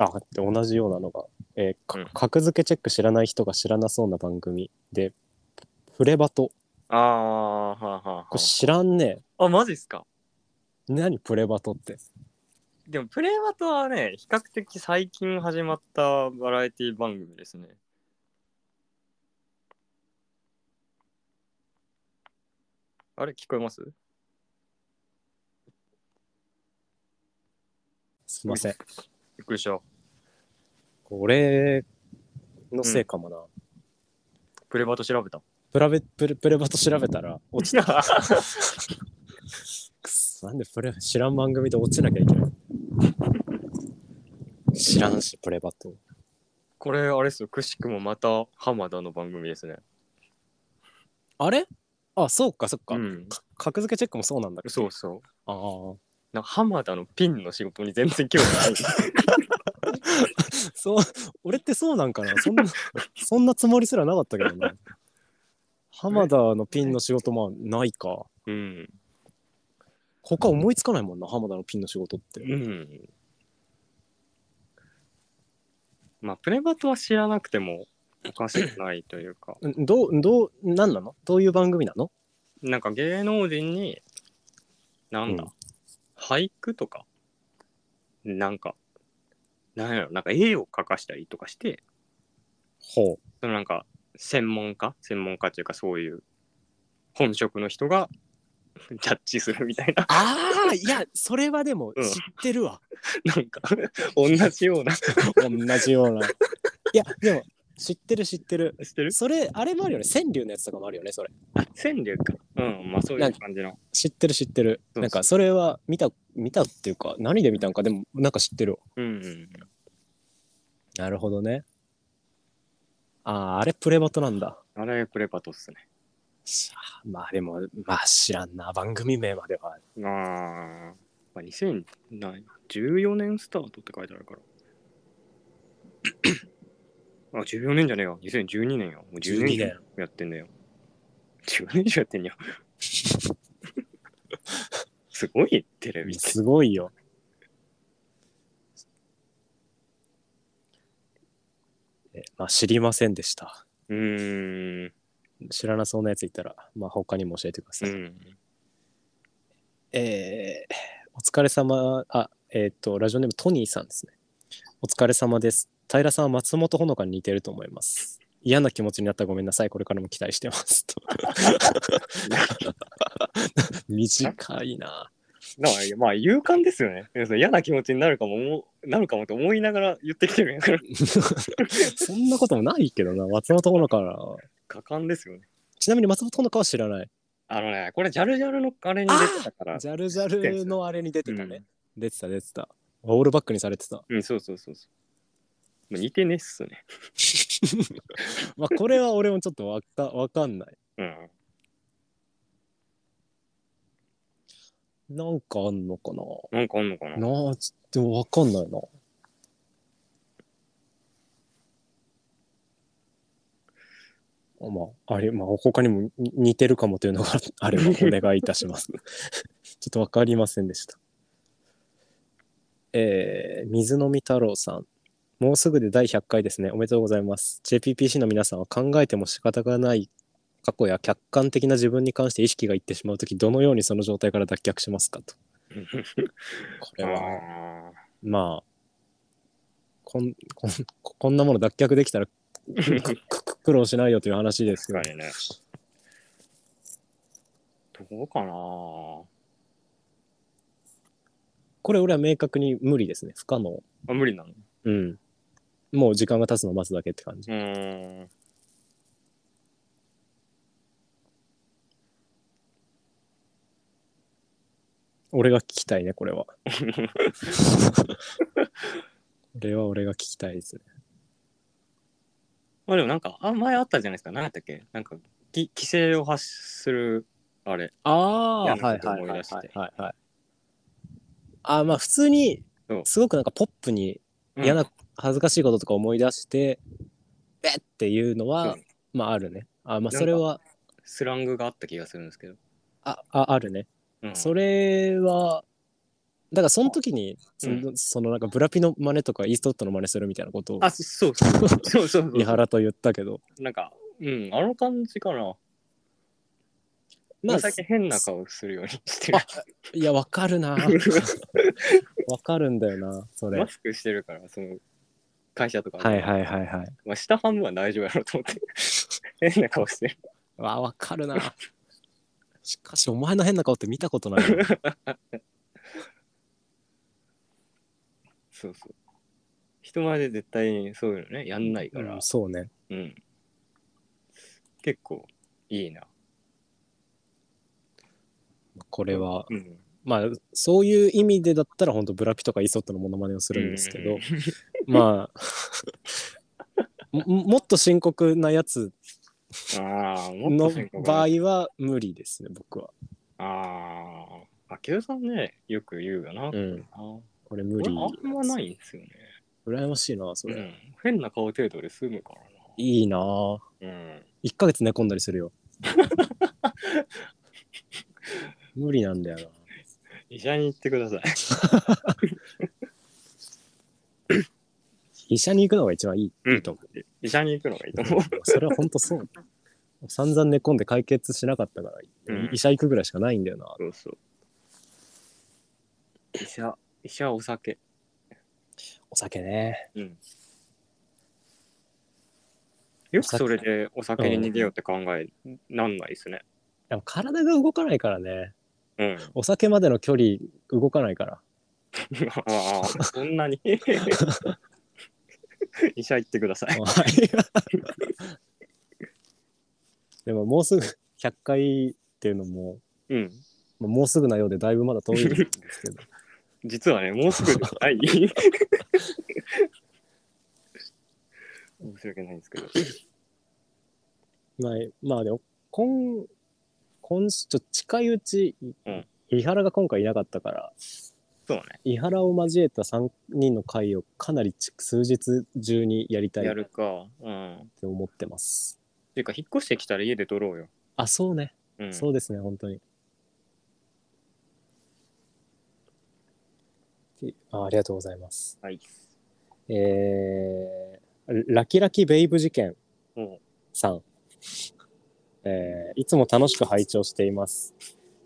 Speaker 2: あ、って同じようなのがえーか
Speaker 1: うん
Speaker 2: 格付けチェック知らない人が知らなそうな番組で、フレバト。
Speaker 1: ああ、はあはあは
Speaker 2: これ知らんね
Speaker 1: あ。あ、マジっすか。
Speaker 2: 何プレバトって。
Speaker 1: でも、プレイバトはね、比較的最近始まったバラエティ番組ですね。あれ、聞こえます
Speaker 2: すいません。
Speaker 1: びっくりした。
Speaker 2: これのせいかもな。
Speaker 1: プレイバト調 べた。
Speaker 2: プラベプレプレバト調べたら落ちた。くっそなんでプレ知らん番組で落ちなきゃいけない知らんし、プレバト。
Speaker 1: これ、あれっすよ。くしくもまた浜田の番組ですね。
Speaker 2: あれあ、そうか、そうか、
Speaker 1: うん。
Speaker 2: か格付けチェックもそうなんだけど。
Speaker 1: そうそう。
Speaker 2: ああ。
Speaker 1: なんか浜田のピンの仕事に全然興味ない。
Speaker 2: そう、俺ってそうなんかな そんな、そんなつもりすらなかったけどな。浜田のピンの仕事もないか。
Speaker 1: うん。
Speaker 2: 他思いつかないもんな、浜田のピンの仕事って。
Speaker 1: うん。まあ、プレバトは知らなくてもおかしくないというか、
Speaker 2: んどう、どう、なんなのどういう番組なの
Speaker 1: なんか芸能人に、なんだ、
Speaker 2: うん
Speaker 1: 俳句とか、なんか、なんやろ、なんか絵を描かしたりとかして、
Speaker 2: ほう。
Speaker 1: そのなんか、専門家専門家というか、そういう、本職の人が、 ジャッジするみたいな、
Speaker 2: ああ、いや、それはでも知
Speaker 1: うん
Speaker 2: ってるわ。
Speaker 1: なんか、同じような、
Speaker 2: 同じような。いや、でも、知ってる知ってる。
Speaker 1: 知ってる
Speaker 2: それ、あれもあるよね。川柳のやつとかもあるよね、それ。
Speaker 1: 川柳か。うん、まあそういう感じの。
Speaker 2: 知ってる知ってる。
Speaker 1: そう
Speaker 2: なんか、それは見た、見たっていうか、何で見たんか、でも、なんか知ってるわ。
Speaker 1: うんうん。
Speaker 2: なるほどね。ああ、あれプレバトなんだ。
Speaker 1: あれ、プレバトっすね。
Speaker 2: しゃまあでも、まあ知らんな。番組名までは。
Speaker 1: ああ、まあ、2014年スタートって書いてあるから。あ、14年じゃねえよ。2012年よ。もう10年以上
Speaker 2: 12
Speaker 1: やってんだよ。10年以上やってん よ。すごい、テレビって。
Speaker 2: すごいよ。えまあ知りませんでした。
Speaker 1: うーん。
Speaker 2: 知らなそうなやついたら、まあ他にも教えてくださ
Speaker 1: う
Speaker 2: い。
Speaker 1: ん。
Speaker 2: えーお疲れ様、あ、えーっ、と、ラジオネームトニーさんですね。お疲れ様です。平さんは松本穂香に似てると思います。嫌な気持ちになったらごめんなさい。これからも期待してます。と短いな。
Speaker 1: だから、まあ、勇敢ですよね。要するに嫌な気持ちになるかも思う、なるかもと思いながら言ってきてるんやから。
Speaker 2: そんなこともないけどな。松本穂香は。
Speaker 1: 果敢ですよね。
Speaker 2: ちなみに松本穂香は知らない。
Speaker 1: あのね、これ、ジャルジャルのあれに出てたから。
Speaker 2: ジャルジャルのあれに出てたね。出てた出てた。オールバックにされてた。
Speaker 1: うん、そうそうそうそう。まあ似てねっすね。
Speaker 2: まあこれは俺もちょっとわかわかんない。
Speaker 1: うん。
Speaker 2: なんかあんのかな
Speaker 1: なんかあんのかな
Speaker 2: なあ、ちょっとわかんないな。あまあ、あれ、まあ、他にもに似てるかもというのが あればお願いいたします。 ちょっとわかりませんでした。えー、水飲み太郎さん。もうすぐで第100回ですね。おめでとうございます。JPPC の皆さんは考えても仕方がない過去や客観的な自分に関して意識がいってしまうとき、どのようにその状態から脱却しますかと。これは。
Speaker 1: あ
Speaker 2: まあこん こんこんなもの脱却できたらくくく苦労しないよという話で
Speaker 1: ー
Speaker 2: すけど
Speaker 1: 確かにね。どうかな
Speaker 2: これ俺は明確に無理ですね不可能
Speaker 1: あ、無理なの
Speaker 2: うんもう時間が経つのを待つだけって感じ
Speaker 1: うーん。
Speaker 2: 俺が聞きたいねこれはこれは俺が聞きたいですね
Speaker 1: まあでもなんか、あ、前あったじゃないですか。何やったっけなんか、き規制を発する、あれ。
Speaker 2: ああ
Speaker 1: はい
Speaker 2: はい
Speaker 1: は
Speaker 2: はい
Speaker 1: は
Speaker 2: い
Speaker 1: いは
Speaker 2: はいいはいはいあーまあ普通に
Speaker 1: そう
Speaker 2: すごくなんかポップに
Speaker 1: うん
Speaker 2: 嫌な、恥ずかしいこととか思い出して、べっていうのは、
Speaker 1: うん
Speaker 2: まああるね。あ
Speaker 1: ん
Speaker 2: まあ
Speaker 1: か
Speaker 2: それは、
Speaker 1: スラングがあった気がするんですけど。
Speaker 2: あ、ああるね。
Speaker 1: うん、
Speaker 2: それは、だからその時にその,、
Speaker 1: う
Speaker 2: そのなんかブラピの真似とかイーストウッドの真似するみたいなことを
Speaker 1: あ、そう そう。そうそう
Speaker 2: 伊原と言ったけど
Speaker 1: なんか、うん、あの感じかな。
Speaker 2: ま
Speaker 1: ま
Speaker 2: あ
Speaker 1: あ、け変な顔するようにしてる。
Speaker 2: いやわか るなわかるんだよなそれ
Speaker 1: マ
Speaker 2: は
Speaker 1: スクしてるから、その、会社とか。
Speaker 2: いはいはいはい
Speaker 1: まあ、下半分は大丈夫やろうと思 って。変な顔してる。
Speaker 2: わわかるな しかしお前の変な顔って見たこと ないよ
Speaker 1: そうそう。人前で絶対にそういうのね、やんないから。
Speaker 2: そうね
Speaker 1: うん。結構、いいな。
Speaker 2: これは
Speaker 1: うん。
Speaker 2: まあそういう意味でだったら本当ブラピとかイーストウッドのモノマネをするんですけ
Speaker 1: う
Speaker 2: ど、
Speaker 1: ん
Speaker 2: まあ ももっと深刻なやつ
Speaker 1: ああ、もっ
Speaker 2: の
Speaker 1: と深刻な
Speaker 2: 場合は無理ですね僕は
Speaker 1: ああ、あきさんね、よく言うよな。
Speaker 2: うん
Speaker 1: あー
Speaker 2: これ無
Speaker 1: 俺
Speaker 2: 理
Speaker 1: あんまないんですよね。
Speaker 2: 羨ましいなそれ、
Speaker 1: うん。変な顔程度で済むか
Speaker 2: いいなぁ
Speaker 1: らな。うん。
Speaker 2: 1ヶ月寝込んだり するよ無理なんだよ
Speaker 1: 医者に行ってください。
Speaker 2: な医者に行くのが一番いい,、
Speaker 1: うん
Speaker 2: いいと思う
Speaker 1: 医者に行くのがいいと思う。
Speaker 2: それは本当そう散々寝込んで解決しなかったから、
Speaker 1: うん
Speaker 2: 医者行くぐらいしかないんだよな
Speaker 1: そうそう。医者、医者お酒。
Speaker 2: お酒ね
Speaker 1: うん。よくそれでお酒に逃げようって考えなんないですね。
Speaker 2: でも体が動かないからね
Speaker 1: うん。
Speaker 2: お酒までの距離動かないから
Speaker 1: ああ、そんなに。 医者行ってください。
Speaker 2: でももうすぐ100回っていうのも、
Speaker 1: うん。
Speaker 2: まあもうすぐなようでだいぶまだ遠いんです けど
Speaker 1: 実はね、もうすぐで はい。申し訳ないんですけど。
Speaker 2: まあまあでも今今週ちょっと近いうち、
Speaker 1: うん
Speaker 2: 伊原が今回いなかったから
Speaker 1: そうね。
Speaker 2: 伊原を交えた3人の回をかなりち数日中にやりたい
Speaker 1: や
Speaker 2: っ
Speaker 1: るか。うん。
Speaker 2: て思ってます
Speaker 1: ていうか、引っ越してきたら家で撮ろうよ。
Speaker 2: あそうね、
Speaker 1: うん。
Speaker 2: そうですね本当にきあありがとうございます
Speaker 1: はい。
Speaker 2: えーラキラキベイブ事件
Speaker 1: も
Speaker 2: さん、えーいつも楽しく拝聴しています。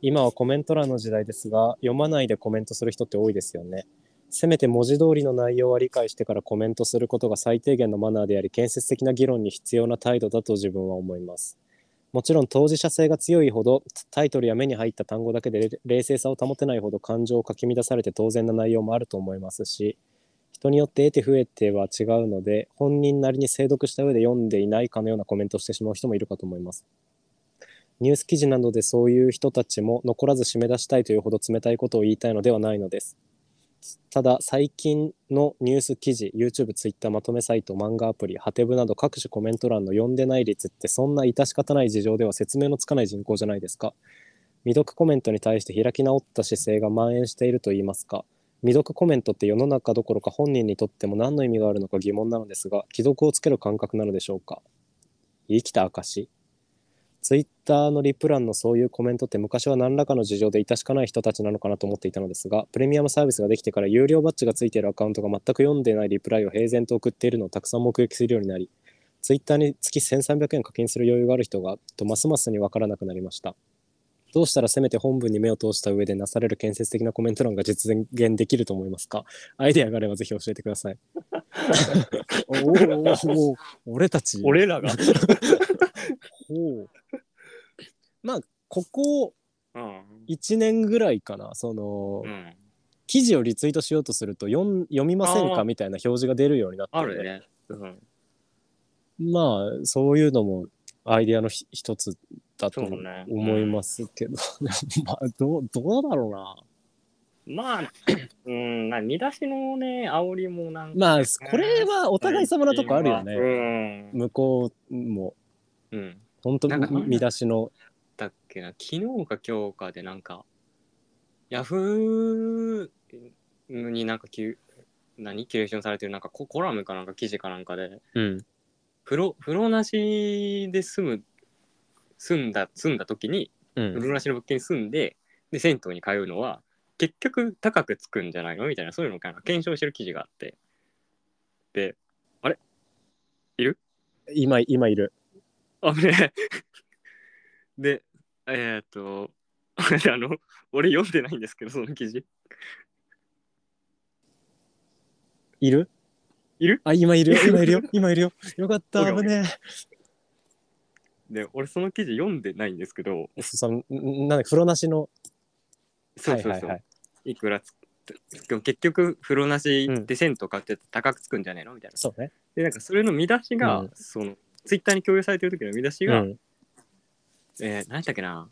Speaker 2: 今はコメント欄の時代ですが、読まないでコメントする人って多いですよね。せめて文字通りの内容は理解してからコメントすることが最低限のマナーであり、建設的な議論に必要な態度だと自分は思います。もちろん当事者性が強いほどタイトルや目に入った単語だけでれ冷静さを保てないほど感情をかき乱されて当然な内容もあると思いますし人によって得て増えては違うので本人なりに精読した上で読んでいないかのようなコメントをしてしまう人もいるかと思いますニュース記事などでそういう人たちも残らず締め出したいというほど冷たいことを言いたいのではないのですただ最近のニュース記事 YouTube、Twitter まとめサイト漫画アプリハテブなど各種コメント欄の読んでない率ってそんな致し方ない事情では説明のつかない人口じゃないですか未読コメントに対して開き直った姿勢が蔓延しているといいますか未読コメントって世の中どころか本人にとっても何の意味があるのか疑問なのですが既読をつける感覚なのでしょうか生きた証ツイッターのリプランのそういうコメントって昔は何らかの事情で致しかない人たちなのかなと思っていたのですがプレミアムサービスができてから有料バッジがついているアカウントが全く読んでないリプライを平然と送っているのをたくさん目撃するようになりツイッターに月1300円課金する余裕がある人がとますますに分からなくなりましたどうしたらせめて本文に目を通した上でなされる建設的なコメント欄が実現できると思いますかアイデアがあればぜひ教えてください おおおお俺たち
Speaker 1: う俺ら が。
Speaker 2: ほう。まあ、ここ
Speaker 1: うん。
Speaker 2: 1年ぐらいかな、その、
Speaker 1: うん。
Speaker 2: 記事をリツイートしようとすると読ん読みません
Speaker 1: あ
Speaker 2: か
Speaker 1: ー
Speaker 2: みたいな表示が出るようになって
Speaker 1: あ
Speaker 2: て
Speaker 1: るね。うん。
Speaker 2: まあ、そういうのもアイデアのひ一つだと
Speaker 1: そうね
Speaker 2: 思いますけど、 まあどう、どうだろうな。
Speaker 1: まあ、 うん、な見出しのね、煽りもなんか。
Speaker 2: まあ、これはお互い様なとこあるよ
Speaker 1: うん。
Speaker 2: ね。向こうも、
Speaker 1: うん。
Speaker 2: 本当
Speaker 1: なんか
Speaker 2: 見出しの、
Speaker 1: だっけな、昨日か今日かでなんか、ヤフーになんかきゅ、何キュレーションされてるなんかココラムかなんか記事かなんかで、
Speaker 2: うん、
Speaker 1: 風呂、風呂なしで住む、住んだ、住んだ時に、
Speaker 2: う
Speaker 1: 風
Speaker 2: ん、
Speaker 1: 呂なしの物件に住んで、で、銭湯に通うのは、結局高くつくんじゃないのみたいなそういうのかな検証してる記事があってで
Speaker 2: 今、今いる。
Speaker 1: あぶねえでえーっと あの俺読んでないんですけどその記事
Speaker 2: いる
Speaker 1: いる
Speaker 2: あ、今いるよ。今いるよ。今いるよ。よかった。
Speaker 1: おやお
Speaker 2: 危
Speaker 1: や
Speaker 2: ね
Speaker 1: で俺その記事読んでないんですけど
Speaker 2: え。その、んなんだ、風呂なしの。
Speaker 1: そうそうそう、
Speaker 2: はいいはいはい。
Speaker 1: くらつでも結局風呂なしで銭湯買って高くつくんじゃねえのみたいな
Speaker 2: そうね。
Speaker 1: でなんかそれの見出しが、
Speaker 2: うん
Speaker 1: そのツイッターに共有されてる時の見出し
Speaker 2: う
Speaker 1: が、
Speaker 2: ん。
Speaker 1: えー、何だっけな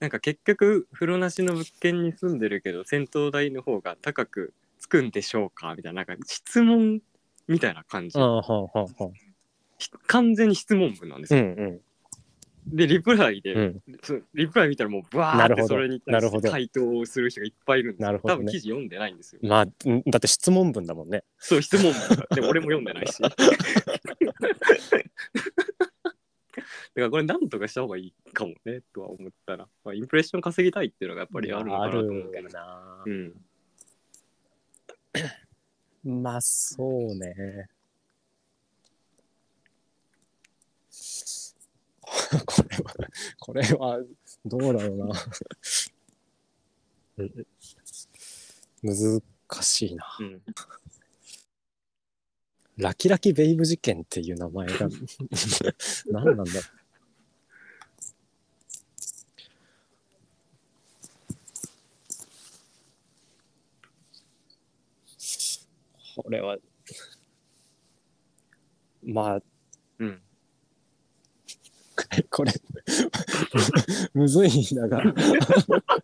Speaker 1: なんか結局風呂なしの物件に住んでるけど銭湯代の方が高くつくんでしょうかみたいななんか質問みたいな感じ
Speaker 2: ああ、はあ、はあ、はあ。
Speaker 1: ひ完全に質問文なんです
Speaker 2: うん、
Speaker 1: よ、
Speaker 2: う
Speaker 1: でリプライで、
Speaker 2: ん。うん。
Speaker 1: そリプライ見たらもうブワー
Speaker 2: なる
Speaker 1: っ
Speaker 2: ほ
Speaker 1: て
Speaker 2: ど
Speaker 1: それに対
Speaker 2: なるほ
Speaker 1: して
Speaker 2: ど
Speaker 1: 回答をする人がいっぱいいるんですよ
Speaker 2: なるほどね
Speaker 1: 多分記事読んでないんですよ
Speaker 2: まあ、んだって質問文だもんね。
Speaker 1: そう質問文だからでも俺も読んで ないし だからこれなんとかした方がいいかもねとは思ったら、まあ、インプレッション稼ぎたいっていうのがやっぱりあるのかなと思うけど
Speaker 2: あるな
Speaker 1: う。ん
Speaker 2: まあ、そうね。 これは、これは、どうだろう な。うん難しいな。
Speaker 1: うん
Speaker 2: ラキラキベイブ事件っていう名 前が何なんだろうこれはまあ
Speaker 1: うん
Speaker 2: これむずいなが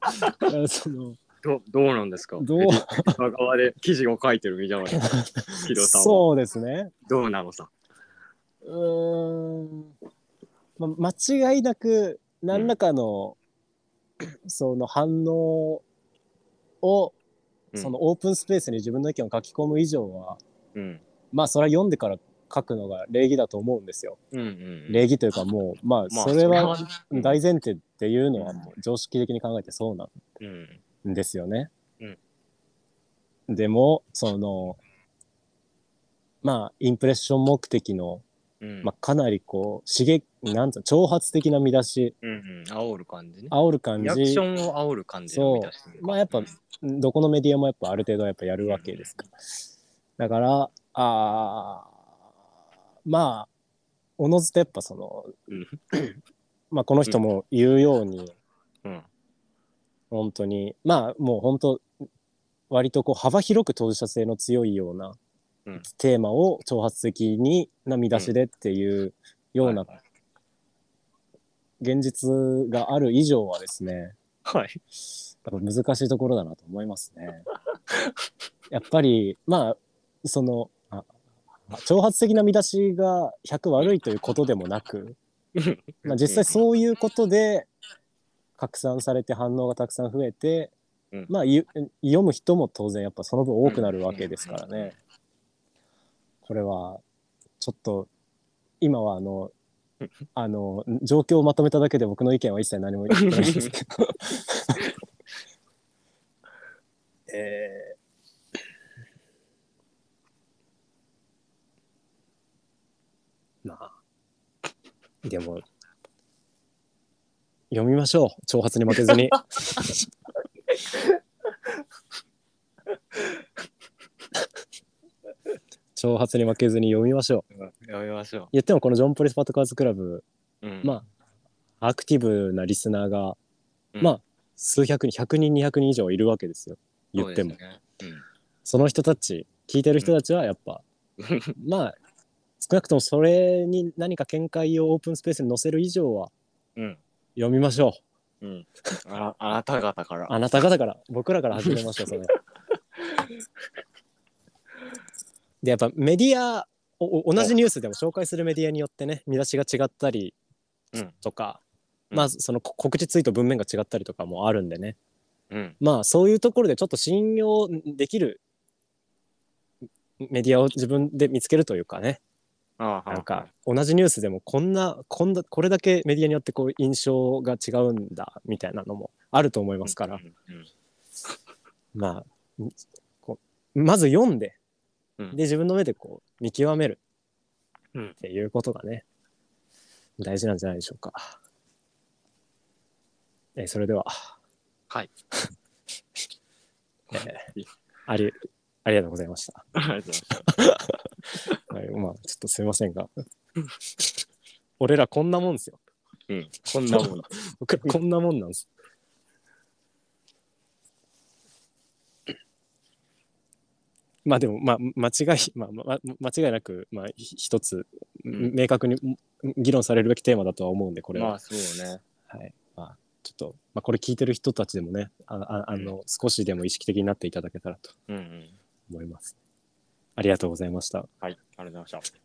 Speaker 2: その
Speaker 1: どどうなんですか
Speaker 2: どう
Speaker 1: う側で記事を書いてるみたいな ヒロさんは
Speaker 2: そうですね
Speaker 1: どうなのさ
Speaker 2: うーん、ま、間違いなく何らかの、その反応を、
Speaker 1: うん
Speaker 2: そのオープンスペースに自分の意見を書き込む以上は
Speaker 1: うん
Speaker 2: まあそれは読んでから書くのが礼儀だと思うんですよ。
Speaker 1: うんうん
Speaker 2: 礼儀というかもうまあ
Speaker 1: まあ
Speaker 2: それは
Speaker 1: それは
Speaker 2: 大前提っていうのはもう常識的に考えてそうなん
Speaker 1: うん
Speaker 2: ですよね。
Speaker 1: うん
Speaker 2: でもそのまあインプレッション目的の
Speaker 1: うん
Speaker 2: まあ、かなりこう刺激なんつうの挑発的な見出し
Speaker 1: うんうん煽る感じね
Speaker 2: 煽る感
Speaker 1: リアクシ
Speaker 2: じ
Speaker 1: ョンを煽る感じの見出しというか
Speaker 2: まあやっぱ
Speaker 1: うん
Speaker 2: どこのメディアもやっぱある程度はやっぱやるわけですからだからあーまあおのずとやっぱその、
Speaker 1: うん
Speaker 2: まあ、この人も言うように
Speaker 1: うん
Speaker 2: 本当にまあもう本当割とこう幅広く当事者性の強いような
Speaker 1: うん
Speaker 2: テーマを挑発的にな見出しでっていうような
Speaker 1: はい
Speaker 2: 現実がある以上はですね、
Speaker 1: はい
Speaker 2: やっぱ難しいところだなと思いますね。 やっぱりまあそのあ挑発的な見出しが100悪いということでもなく、まあ、実際そういうことで拡散されて反応がたくさん増えて、
Speaker 1: うん
Speaker 2: まあゆ読む人も当然やっぱその分多くなるわけですからね。これはちょっと今はあの
Speaker 1: うん
Speaker 2: あの状況をまとめただけで僕の意見は一切何も言ってないんですけど。えーまあでも読みましょう挑発に負けずに挑発に負けずに読みましょう
Speaker 1: やめましょ
Speaker 2: 言ってもこのジョン・ポリス・パトカーズ・クラブ、
Speaker 1: う。うん
Speaker 2: まあアクティブなリスナーが、
Speaker 1: うん
Speaker 2: まあ数百人100人200人以上いるわけですよ言ってもそ,、
Speaker 1: そうですよね
Speaker 2: の人たち聞いてる人たちはやっぱ、まあ少なくともそれに何か見解をオープンスペースに載せる以上は
Speaker 1: うん。
Speaker 2: 読みましょう
Speaker 1: うん。うん。あらあなた方から。
Speaker 2: あなた方から僕らから始めま しょうそれでやっぱメディアおお同じニュースでも紹介するメディアによってね見出しが違ったり
Speaker 1: うん。
Speaker 2: とか、
Speaker 1: うん
Speaker 2: まあそのこ告知ツイート文面が違ったりとかもあるんでね
Speaker 1: うん。
Speaker 2: まあそういうところでちょっと信用できるメディアを自分で見つけるというかね
Speaker 1: ああ
Speaker 2: なんか。同じニュースでもこんなこんなこれだけメディアによってこう印象が違うんだみたいなのもあると思いますから、
Speaker 1: うんうん
Speaker 2: まあんこうまず読んで、
Speaker 1: うん
Speaker 2: で自分の目でこう見極める
Speaker 1: うん
Speaker 2: っていうことがね、大事なんじゃないでしょうか。えーそれでは、
Speaker 1: はい。
Speaker 2: えーありありがとうございました。
Speaker 1: ありがとうございます。
Speaker 2: はい、まあちょっとすいませんが 俺らこんなもんですよ。
Speaker 1: うん、こんなもん。
Speaker 2: 僕らこんなもんなんです。まあでも、まあ、間違い、まあ、まあま間違いなく、まあ、ひ一つ、
Speaker 1: ん
Speaker 2: 明確にん議論されるべきテーマだとは思うんで、これは。
Speaker 1: まあそうね。
Speaker 2: はい。まあ、ちょっと、まあ、これ聞いてる人たちでもね、あああの、少しでも意識的になっていただけたらと
Speaker 1: うんうん。
Speaker 2: 思います。ありがとうございました。
Speaker 1: はい、ありがとうございました。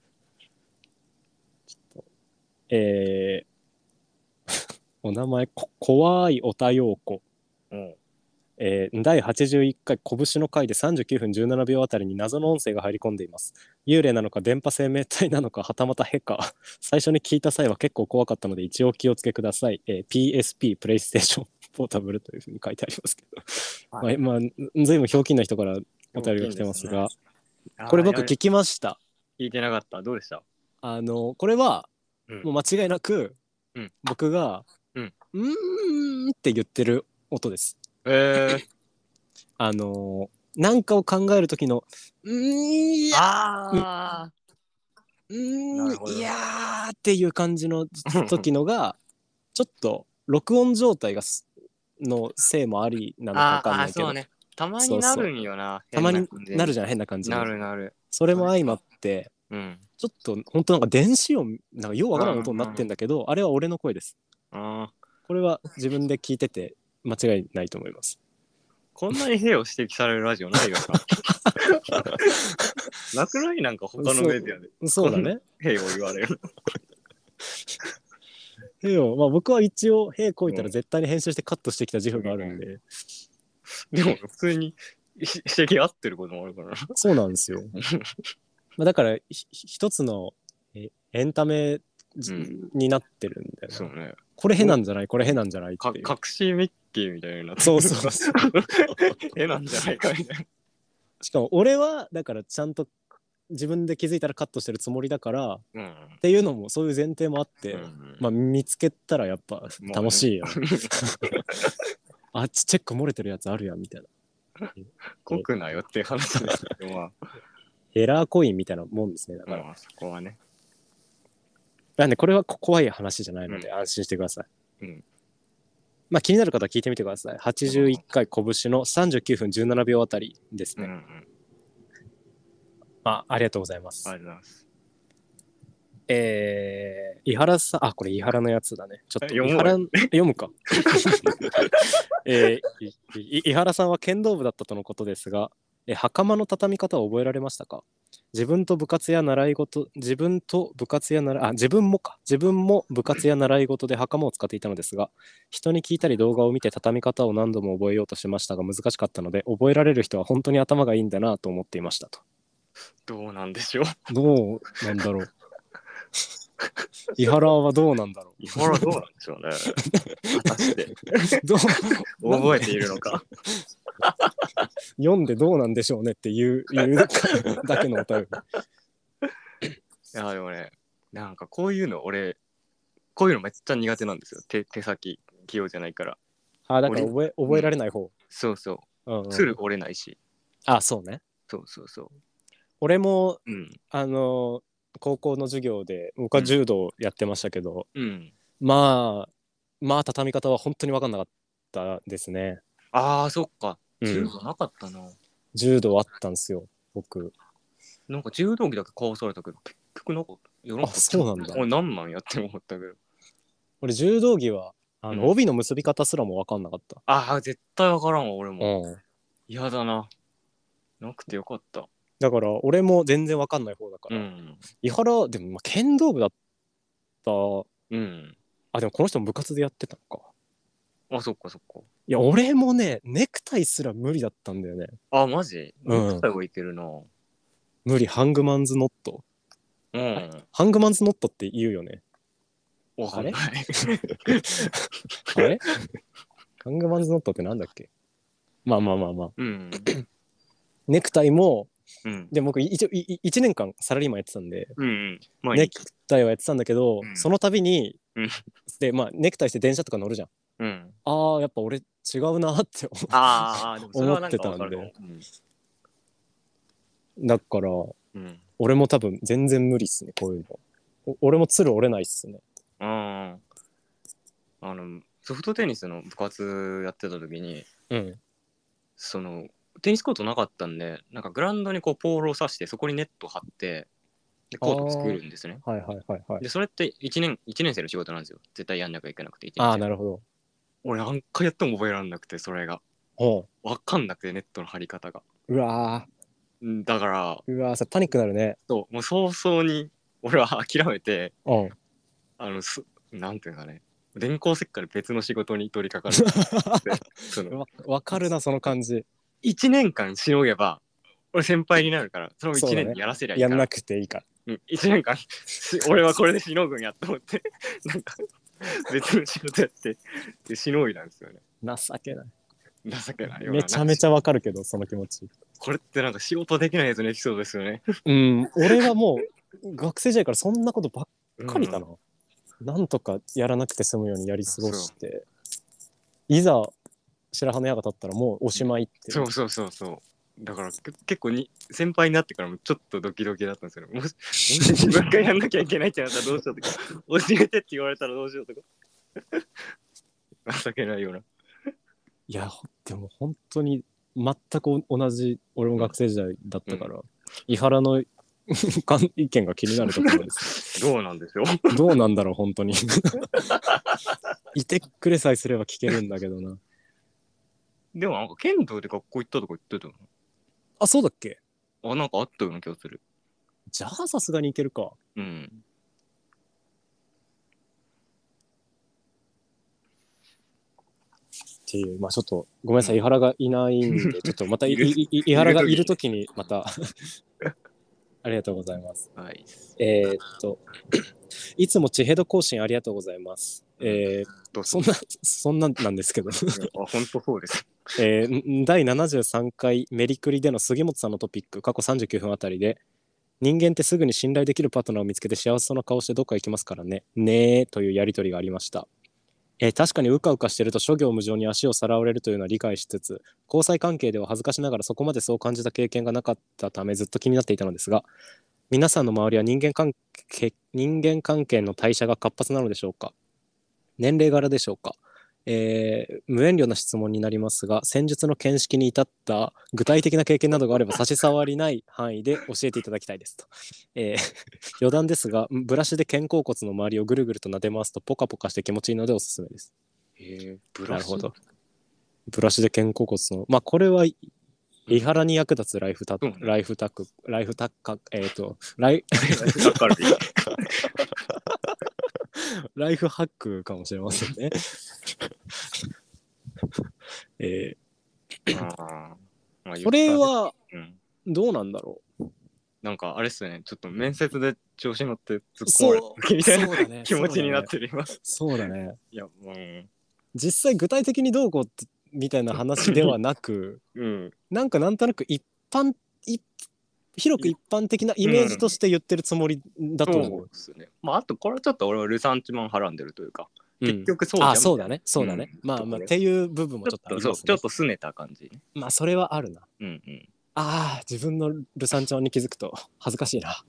Speaker 2: えー お名前、こ、怖いおたようこ。
Speaker 1: うん。
Speaker 2: えー第81回拳の回で39分17秒あたりに謎の音声が入り込んでいます幽霊なのか電波生命体なのかはたまたヘか最初に聞いた際は結構怖かったので一応お気をつけください、えー PSP プレイステーションポータブルというふうに書いてありますけど、
Speaker 1: は
Speaker 2: まあ、まあずいぶんひょうきんな人からお便りが来てますがこれ僕
Speaker 1: 聞
Speaker 2: 聞きました
Speaker 1: いてなかった。どうでした
Speaker 2: あのこれは
Speaker 1: うん
Speaker 2: もう間違いなく、
Speaker 1: うん
Speaker 2: 僕が「
Speaker 1: うん
Speaker 2: うーん」って言ってる音です
Speaker 1: え
Speaker 2: あのーなんかを考える時の、うーん、い
Speaker 1: ー、
Speaker 2: や、
Speaker 1: あな
Speaker 2: う
Speaker 1: るほ
Speaker 2: ー
Speaker 1: ど
Speaker 2: ん、いやーっていう感じの時の が、ちょっと録音状態がすのせいもありなのかわ
Speaker 1: あ
Speaker 2: かん
Speaker 1: ー
Speaker 2: な
Speaker 1: あ
Speaker 2: い
Speaker 1: ー、
Speaker 2: け
Speaker 1: そう
Speaker 2: ど、
Speaker 1: ね。たまになるんよな。
Speaker 2: たまになる
Speaker 1: じ
Speaker 2: じゃん、変な感じで
Speaker 1: なるなる。
Speaker 2: それも相まって、
Speaker 1: うん。
Speaker 2: ちょっと本当なんか電子音、なんかようわからん音になってんだけど、あれは俺の声です。
Speaker 1: あー
Speaker 2: これは自分で聞いてて間違いないと思います。
Speaker 1: こんなに兵を指摘されるラジオないよ な。なくないなんか他のメディアで
Speaker 2: そうだね。
Speaker 1: 兵を言われる。
Speaker 2: へよ、まあ僕は一応、へこいたら絶対に編集してカットしてきた自負があるんで、
Speaker 1: でも普通に指摘合ってることもあるからな。
Speaker 2: そうなんですよ。まあだからひひ一つのえエンタメじ
Speaker 1: うん
Speaker 2: になってるんだよ
Speaker 1: そ
Speaker 2: な、
Speaker 1: うね。
Speaker 2: これ変なんじゃないこれ変なんじゃない
Speaker 1: か
Speaker 2: っていう。
Speaker 1: 隠しミッキーみたいになってる
Speaker 2: そうそうそう。
Speaker 1: 絵なんじゃないかみたい
Speaker 2: しかも俺はだからちゃんと自分で気づいたらカットしてるつもりだからっ
Speaker 1: な。
Speaker 2: ていうのもそういう前提もあって、まあ見つけたらやっぱ
Speaker 1: ね
Speaker 2: 楽 しいよ、ね。あっちチェック漏れてるやつあるやんみたいな。
Speaker 1: 濃くなよっていう話ですけど、ま
Speaker 2: エラーコインみたいなもんですね。だ
Speaker 1: あ、
Speaker 2: から。
Speaker 1: まあ、そこはね。
Speaker 2: なんでこれはこ怖い話じゃないので安心してください。
Speaker 1: うん
Speaker 2: まあ気になる方は聞いてみてください。81回拳の39分17秒あたりです
Speaker 1: うん
Speaker 2: ね。
Speaker 1: うん。あり
Speaker 2: まあありがとうございます。
Speaker 1: がとうございます。
Speaker 2: えー、井原さん、あ、これ井原のやつだね。ちょっと
Speaker 1: 読もう
Speaker 2: 井原の読むか。 えーいい井原さんは剣道部だったとのことですが、え袴の畳み方を覚えられましたか自分と部活や習い事、自分と部活や習い、あ、自分もか。自分も部活や習い事で袴を使っていたのですが、人に聞いたり動画を見て畳み方を何度も覚えようとしましたが難しかったので、覚えられる人は本当に頭がいいんだなと思っていましたと。
Speaker 1: どうなんでしょう。
Speaker 2: どうなんだろう。井原はどうなんだろう。
Speaker 1: ほら、どうなんでしょうね。果たして、
Speaker 2: どう
Speaker 1: 覚えているのか。
Speaker 2: 読んでどうなんでしょうねっていういうだけだけのお便り。
Speaker 1: いや、でもね、なんかこういうの、俺、こういうのめっちゃ苦手なんですよ。手手先、器用じゃないから。
Speaker 2: あだから覚え覚えられない方。
Speaker 1: そうそ
Speaker 2: うんう
Speaker 1: う。
Speaker 2: ん
Speaker 1: つる折れないし。
Speaker 2: あそうね。
Speaker 1: そうそうそ
Speaker 2: 俺も
Speaker 1: う。うん。
Speaker 2: あの高校の授業で僕は柔道やってましたけど、
Speaker 1: うん。
Speaker 2: まあまあ畳み方は本当に分かんなかったですね。
Speaker 1: ああ、そっか。
Speaker 2: うん
Speaker 1: 柔道なかったな。
Speaker 2: 柔道あったんですよ僕。
Speaker 1: なんか柔道着だけ買わされたけど、結局なんか、よろ
Speaker 2: あそうなんだ
Speaker 1: 俺何なんやって思ったけど。
Speaker 2: 俺柔道着はあの、
Speaker 1: うん
Speaker 2: 帯の結び方すらも分かんなかった。
Speaker 1: ああ、絶対わからんわ、俺も。
Speaker 2: うん
Speaker 1: 嫌だな。なくてよかった。
Speaker 2: だから俺も全然わかんない方だか
Speaker 1: う
Speaker 2: ら、
Speaker 1: ん。
Speaker 2: 伊原でもまあ剣道部だった
Speaker 1: うん。
Speaker 2: あでもこの人も部活でやってたのか
Speaker 1: あ、そっかそっか。
Speaker 2: いや俺もねネクタイすら無理だったんだよね
Speaker 1: あ、マジ
Speaker 2: うん
Speaker 1: ネクタイはいてるな。
Speaker 2: 無理ハングマンズノット
Speaker 1: うん。
Speaker 2: ハングマンズノットって言うよね
Speaker 1: わかんない。
Speaker 2: あれハングマンズノットってなんだっけまあまあまあまあ。
Speaker 1: うん。
Speaker 2: ネクタイも、
Speaker 1: うん。
Speaker 2: で、僕、一応、1年間サラリーマンやってたんで、
Speaker 1: うんうん。まあいい
Speaker 2: ネクタイはやってたんだけど、
Speaker 1: うん
Speaker 2: その度に、
Speaker 1: うん
Speaker 2: で、まあ、ネクタイして電車とか乗るじゃん。
Speaker 1: うん。
Speaker 2: ああ、やっぱ俺違うなって思う。
Speaker 1: ああ、でもそれはなんかわ
Speaker 2: 思
Speaker 1: か
Speaker 2: って
Speaker 1: る
Speaker 2: たん
Speaker 1: わ
Speaker 2: で。だから、
Speaker 1: うん。
Speaker 2: 俺も多分全然無理っすね、こういうの。お俺も鶴折れないっすね。
Speaker 1: ああのソフトテニスの部活やってた時に
Speaker 2: うん。
Speaker 1: そのテニスコートなかったんでなんかグラウンドにこうポールを刺してそこにネット張ってでコート作るんですね
Speaker 2: はいはいはいはい。
Speaker 1: でそれって1年一年生の仕事なんですよ絶対やんなきゃいけなくて1年生
Speaker 2: ああ、なるほど。
Speaker 1: 俺何回やっても覚えられなくてそれが
Speaker 2: ほ
Speaker 1: 分かんなくてネットの張り方が
Speaker 2: う。うわ
Speaker 1: んだから
Speaker 2: ーうわーそれパニックなるね。
Speaker 1: そうもう早々に俺は諦めて
Speaker 2: うん。
Speaker 1: あのすなんていうんですかね電光石火で別の仕事に取り掛かる でその
Speaker 2: わわかるな、その感じ。
Speaker 1: 1年間しのげば俺先輩になるからその
Speaker 2: そう
Speaker 1: 1
Speaker 2: だね
Speaker 1: 年やらせりゃいい
Speaker 2: や
Speaker 1: から
Speaker 2: んなくていいから。
Speaker 1: うん、1年間し俺はこれでしのぐんやと思ってなんか別の仕事やってでしのいだんですよね
Speaker 2: 情けない。
Speaker 1: 情けないよな
Speaker 2: めちゃめちゃわかるけど、その気持ち。
Speaker 1: これってなんか仕事できないやつのエピソードですよね
Speaker 2: うん。俺はもう、学生時代からそんなことばっかりだ
Speaker 1: うん
Speaker 2: な。なんとかやらなくて済むようにやり過ごして、いざ白羽の矢が立ったらもうおしまいって。
Speaker 1: そうそうそうそうだからけ結構に先輩になってからもちょっとドキドキだったんですよねもしも し自分がやんなきゃいけないってなったらどうしようとか教えてって言われたらどうしようとか情けないようない
Speaker 2: や、でも本当に全く同じ、俺も学生時代だったから、伊原の 感意見が気になるところ です。
Speaker 1: どうなんでしょう
Speaker 2: どうなんだろう、本当に。 いてくれさえすれば聞けるんだけどな。
Speaker 1: でもなんか剣道で学校行ったとか言ってた
Speaker 2: あ、そうだっけ
Speaker 1: のあなんかあったような気がする
Speaker 2: じゃあさすがにいけるか。
Speaker 1: うん
Speaker 2: っていう、まあちょっと、ごめんなさい、伊原がいないんで、ちょっとまたい
Speaker 1: いる
Speaker 2: いい伊原がいるときに、また。 ありがとうございます。
Speaker 1: はい
Speaker 2: えーっと、いつも地平度更新ありがとうございます。えー、
Speaker 1: どう
Speaker 2: そんな、そんなんなんですけど、
Speaker 1: あ本当そうです
Speaker 2: えーん第73回メリクリでの杉本さんのトピック、過去39分あたりで、人間ってすぐに信頼できるパートナーを見つけて幸せそうな顔してどっか行きますからね。ねえというやりとりがありました。えー確かにうかうかしてると諸行無常に足をさらわれるというのは理解しつつ交際関係では恥ずかしながらそこまでそう感じた経験がなかったためずっと気になっていたのですが皆さんの周りは人間関係人間関係の代謝が活発なのでしょうか年齢柄でしょうかえー無遠慮な質問になりますが戦術の見識に至った具体的な経験などがあれば差し障りない範囲で教えていただきたいですと、えー 余談ですがブラシで肩甲骨の周りをぐるぐると撫で回すとポカポカして気持ちいいのでおすすめです
Speaker 1: へえブ
Speaker 2: なるほどブラシで肩甲骨のまあこれは伊原に役立つライフタ
Speaker 1: うん
Speaker 2: ライフタックライフタッカえっ、とライ
Speaker 1: だから
Speaker 2: ライフハックかもしれません ねえ
Speaker 1: あーまあ
Speaker 2: ーこれ
Speaker 1: 言っ
Speaker 2: は
Speaker 1: たねうん
Speaker 2: どうなんだろ
Speaker 1: なんかあれっすよねちょっと面接で調子乗って突っ込ま
Speaker 2: う
Speaker 1: れた時みたいな
Speaker 2: そうだね
Speaker 1: 気持ちになっ
Speaker 2: る
Speaker 1: てる今
Speaker 2: そうだね
Speaker 1: いやもうん
Speaker 2: 実際具体的にどうこうってみたいな話ではなく
Speaker 1: うん
Speaker 2: なんかなんとなく一般い広く一般的なイメージとして言ってるつもりだと思
Speaker 1: そうう、ですねまああとこれはちょっと俺はルサンチマンはらんでるというか
Speaker 2: うん
Speaker 1: 結局そうじゃん
Speaker 2: あそうだねそうだね、
Speaker 1: うん
Speaker 2: まあまあっていう部分も
Speaker 1: ち
Speaker 2: ち
Speaker 1: ょ
Speaker 2: ょ
Speaker 1: っ
Speaker 2: っとあ
Speaker 1: と
Speaker 2: り
Speaker 1: そう
Speaker 2: ます
Speaker 1: ちょ
Speaker 2: ね
Speaker 1: っと拗ねた感じね
Speaker 2: まあそれはあるな
Speaker 1: うんうん
Speaker 2: あー自分のルサンちゃんに気づくと恥ずかし いな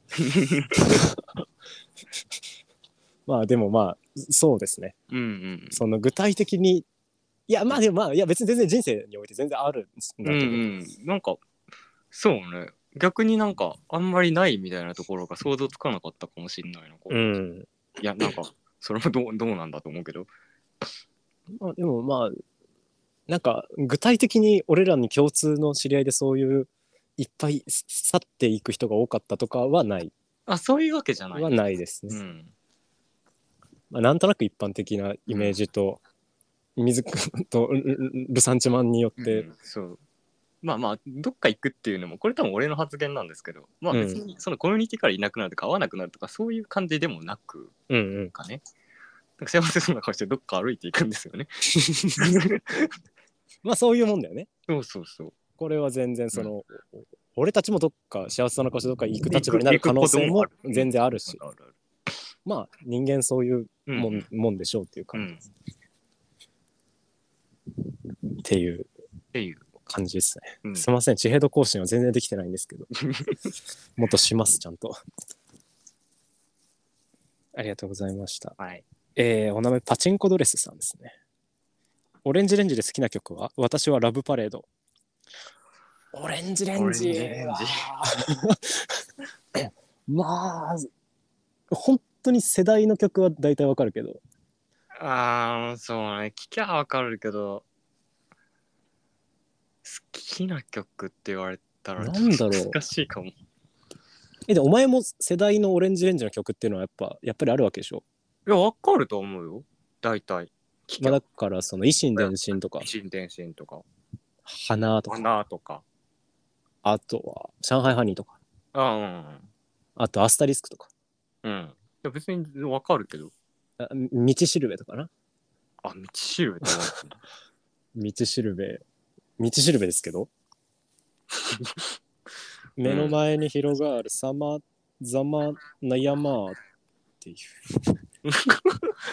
Speaker 2: まあでもまあそうですね
Speaker 1: うんうん
Speaker 2: その具体的にいやまあでもまあいや別に全然人生において全然あるんだけ
Speaker 1: う
Speaker 2: ど、
Speaker 1: んうんなんかそうね逆になんかあんまりないみたいなところが想像つかなかったかもしれないなこう
Speaker 2: うん
Speaker 1: いやなんかそれもどうどうなんだと思うけど
Speaker 2: まあ、でもまあなんか具体的に俺らに共通の知り合いでそういういっぱい去っていく人が多かったとかはない
Speaker 1: あそういうわけじゃない
Speaker 2: はないですね、
Speaker 1: うん
Speaker 2: まあ、なんとなく一般的なイメージと、水くとルルルサンチマンによって、
Speaker 1: うんそうまあまあどっか行くっていうのもこれ多分俺の発言なんですけどまあ
Speaker 2: うん
Speaker 1: 別にそのコミュニティからいなくなるとか会わなくなるとかそういう感じでもなく
Speaker 2: うんうん
Speaker 1: かねなんか幸せそうな顔してどっか歩いていくんですよね。
Speaker 2: まあそういうもんだよね。
Speaker 1: そうそうそう。
Speaker 2: これは全然その、俺たちもどっか幸せそうな顔してどっか行く立場になる可能性も全然あるし、
Speaker 1: あるある
Speaker 2: まあ人間そういう
Speaker 1: う
Speaker 2: もん,、
Speaker 1: ん。
Speaker 2: もんでしょうっていう
Speaker 1: う
Speaker 2: 感じ、
Speaker 1: ん。
Speaker 2: っていう
Speaker 1: っていう。
Speaker 2: 感じですね。
Speaker 1: うん
Speaker 2: すいません、地平度更新は全然できてないんです けど、もっとします、ちゃんと。ありがとうございました。
Speaker 1: はい。
Speaker 2: えーお名前パチンコドレスさんですね。オレンジレンジで好きな曲は私はラブパレード。オレンジレンジ
Speaker 1: オレンジレンジ
Speaker 2: は まあ、本当に世代の曲は大体わかるけど、
Speaker 1: ああ、そうね。聞きゃわかるけど、好きな曲って言われたら、
Speaker 2: なんだろう
Speaker 1: 難しいかも。
Speaker 2: え、で、お前も世代のオレンジレンジの曲っていうのはやっぱ、やっぱりあるわけでしょ
Speaker 1: いや、わかると思うよ。大体。聞
Speaker 2: まあ、
Speaker 1: ゃ
Speaker 2: だから、その、維新伝心とか、
Speaker 1: 新天心とか、
Speaker 2: 花とか、
Speaker 1: 花とか。
Speaker 2: あとは、上海ハニーとか、
Speaker 1: あうん
Speaker 2: あと、アスタリスクとか、
Speaker 1: うん。うん。いや、別にわかるけど。
Speaker 2: あ道しるべとかな。
Speaker 1: あ、道しるべって
Speaker 2: 道しるべ、道しるべですけど。目の前に広がるさまざまな山っていう。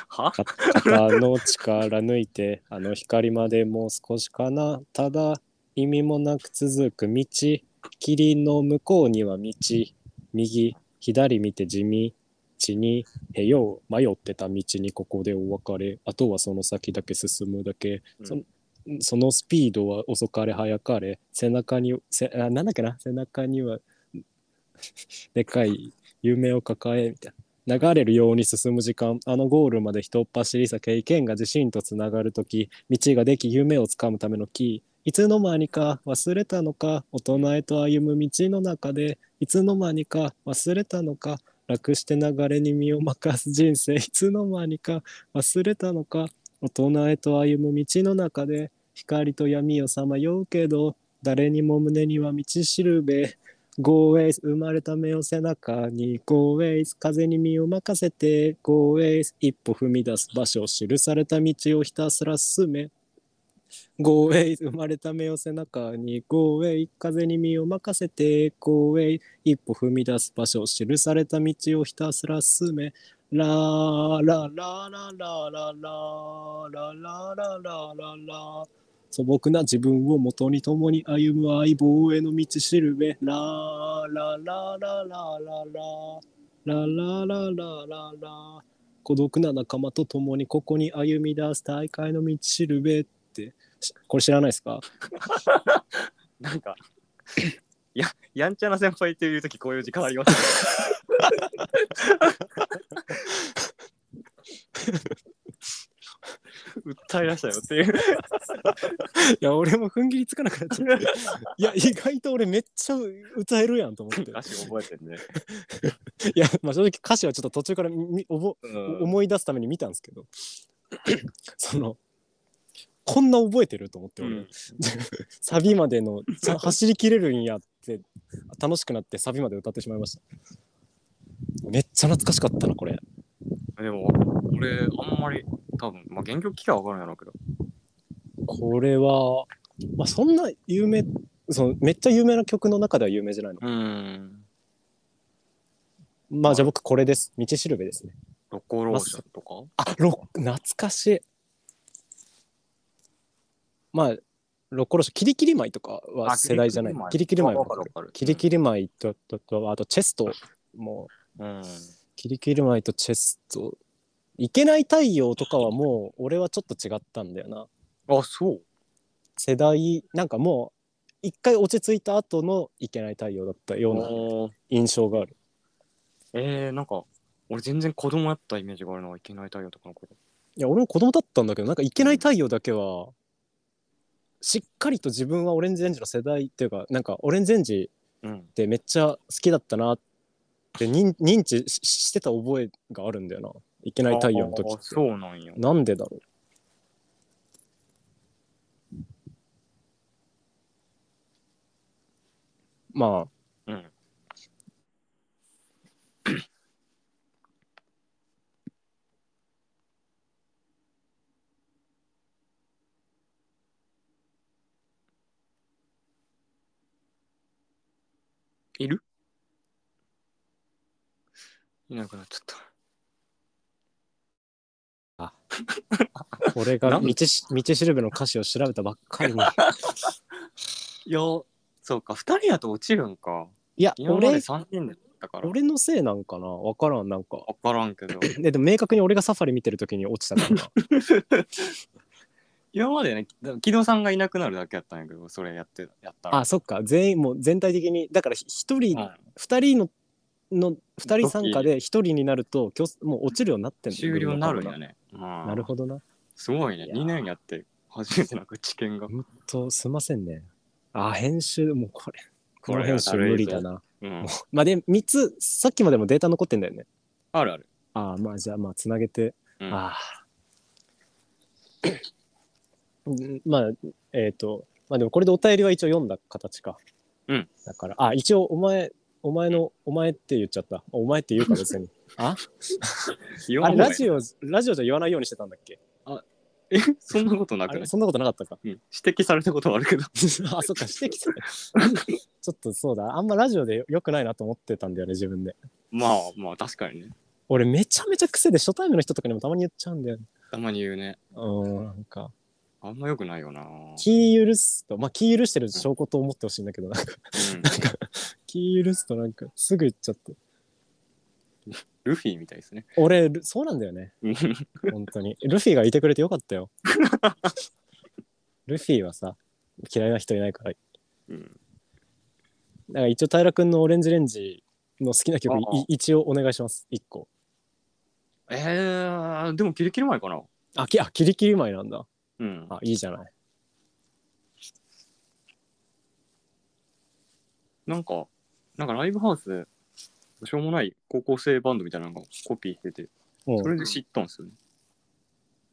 Speaker 1: は
Speaker 2: 肩の力抜いて、あの光までもう少しかな。ただ、意味もなく続く道。霧の向こうには道。右、左見て地道に、へよう、迷ってた道にここでお別れ。あとはその先だけ進むだけ。そのそのスピードは遅かれ早かれ、背中に、せあなんだっけな、背中には、 でかい夢を抱え、みたいな。流れるように進む時間、あのゴールまで人っ走りさ、経験が自信とつながるとき、道ができ夢をつかむためのキー。いつの間にか忘れたのか、大人へと歩む道の中で、いつの間にか忘れたのか、楽して流れに身を任す人生、いつの間にか忘れたのか、大人へと歩む道の中で、光と闇をさまようけど誰にも胸には道しるべ GoWays 生まれた目を背中に GoWays 風に身を任せて GoWays 一歩踏み出す場所記された道をひたすら進め GoWays 生まれた目を背中に GoWay 風に身を任せて GoWay 一歩踏み出す場所記された道をひたすら進めラーララララララララララララ素朴な自分を元に共に歩む相棒への道しるべラーララララララララララララ孤独な仲間と共にここに歩み出す大会の道しるべってしこれ知らないですか
Speaker 1: なんか、や、やんちゃな先輩っていうときこういう時間ありますね。訴え出したよっていう。
Speaker 2: いや俺も踏ん切りつかなくなっちゃっていや意外と俺めっちゃ歌えるやんと思って
Speaker 1: 歌詞覚えてるね。
Speaker 2: いや、まあ、正直歌詞はちょっと途中からみ覚
Speaker 1: うん。
Speaker 2: 思い出すために見たんですけどそのこんな覚えてると思って俺、
Speaker 1: うん
Speaker 2: サビまで のちゃ走り切れるんやって楽しくなってサビまで歌ってしまいましためっちゃ懐かしかったなこれ
Speaker 1: でも、俺、あんまり、多分まあ、原曲聞きゃ分からんやろうけど。
Speaker 2: これは、まあ、そんな有名そのめっちゃ有名な曲の中では有名じゃないの
Speaker 1: うん。
Speaker 2: まあじゃあ僕これです道しるべですね
Speaker 1: ロコローションとか
Speaker 2: あロ懐かしいまあロコロショキリキリ舞とかは世代じゃないキリキリ舞は
Speaker 1: わかるわかる。
Speaker 2: キリキリマイとととあとチェストも
Speaker 1: うん。
Speaker 2: キリキリマイとチェストいけない太陽とかはもう俺はちょっと違ったんだよな
Speaker 1: あ、そう。
Speaker 2: 世代なんかもう一回落ち着いた後のいけない太陽だったような
Speaker 1: おー
Speaker 2: 印象がある
Speaker 1: えー、なんか、俺全然子供やったイメージがあるのはいけない太陽とかのこと。
Speaker 2: いや俺も子供だったんだけどなんかいけない太陽だけはしっかりと自分はオレンジレンジの世代っていうかなんかオレンジレンジ
Speaker 1: うん
Speaker 2: っ。てめっちゃ好きだったなって認認知ししてた覚えがあるんだよないけない太陽の時
Speaker 1: あ
Speaker 2: っ
Speaker 1: ー
Speaker 2: て
Speaker 1: そうなんや。
Speaker 2: なんでだろうま
Speaker 1: うん。いるいなくなっちゃった。
Speaker 2: 俺が
Speaker 1: な
Speaker 2: 道
Speaker 1: んで
Speaker 2: し道しるべの歌詞を調べたばっか りに。
Speaker 1: いや、そうか、二人やと落ちるんか。
Speaker 2: いや、
Speaker 1: 今まで
Speaker 2: 俺、
Speaker 1: 三人だったから。
Speaker 2: 俺のせいなんかなわからん、なんか。
Speaker 1: わからんけど。
Speaker 2: ででも明確に俺がサファリ見てる時に落ち たからな。
Speaker 1: 今までね、木戸さんがいなくなるだけやったんやけど、それやって、やったら。
Speaker 2: あ、そっか。全員、もう全体的に。だからひ一人、二人の、の、二人参加で一人になると、きょもう落ちるようになって
Speaker 1: うんん
Speaker 2: だ
Speaker 1: 終了になるんや
Speaker 2: ね。
Speaker 1: ね。
Speaker 2: なる
Speaker 1: な
Speaker 2: ほどな。
Speaker 1: すごいね。
Speaker 2: いやー
Speaker 1: 2年やって、初めてなんか知見が。
Speaker 2: と、すいませんね。あ、編集、もうこれ。この
Speaker 1: れは
Speaker 2: 編集無理だな。
Speaker 1: うん。
Speaker 2: まあで、3つ、さっきまでもデータ残ってんだよね。
Speaker 1: あるある。
Speaker 2: ああ、まあじゃあ、まあ、つなげて。
Speaker 1: うん
Speaker 2: ああ。んまあ、えっ、と、まあでもこれでお便りは一応読んだ形か。
Speaker 1: うん。
Speaker 2: だから、あ、一応、お前、お前の、お前って言っちゃった。お前って言うか別 に。あれ、ラジ
Speaker 1: オ。
Speaker 2: オ、ラジオじゃ言わないようにしてたんだっけ
Speaker 1: え、そんなことな
Speaker 2: あ
Speaker 1: く
Speaker 2: れ
Speaker 1: ない
Speaker 2: そんなことなかったか。
Speaker 1: うん指摘されたことはあるけど。
Speaker 2: あ、そっか、してきた。 ちょっとそうだ。あんまラジオで良くないなと思ってたんだよね、自分で。
Speaker 1: まあまあ、確かにね。
Speaker 2: 俺、めちゃめちゃ癖で初対面の人とかにもたまに言っちゃうんだよね。
Speaker 1: たまに言うね。
Speaker 2: うん、なんか。
Speaker 1: あんま良くないよな。
Speaker 2: 気許すと、まあ、気許してる証拠と思ってほしいんだけど、なんか、
Speaker 1: うん
Speaker 2: 気許すとなんか、すぐ言っちゃって。
Speaker 1: ルフィみたいですね。
Speaker 2: 俺、ルそうなんだよね。
Speaker 1: うん
Speaker 2: 本当に。ルフィがいてくれてよかったよ。 ルフィはさ、嫌いな人いないから。
Speaker 1: うん
Speaker 2: だから一応、平君のオレンジレンジの好きな曲、い
Speaker 1: ああ
Speaker 2: 一応お願いします。一個。
Speaker 1: えー、でもキリキリ前かな。
Speaker 2: あ、きあキリキリ前なんだ。
Speaker 1: うん。
Speaker 2: あ、いいじゃない。
Speaker 1: なんか、なんかライブハウスで、しょうもない高校生バンドみたいなのがコピーしてて、
Speaker 2: も
Speaker 1: そうれで知ったんですよ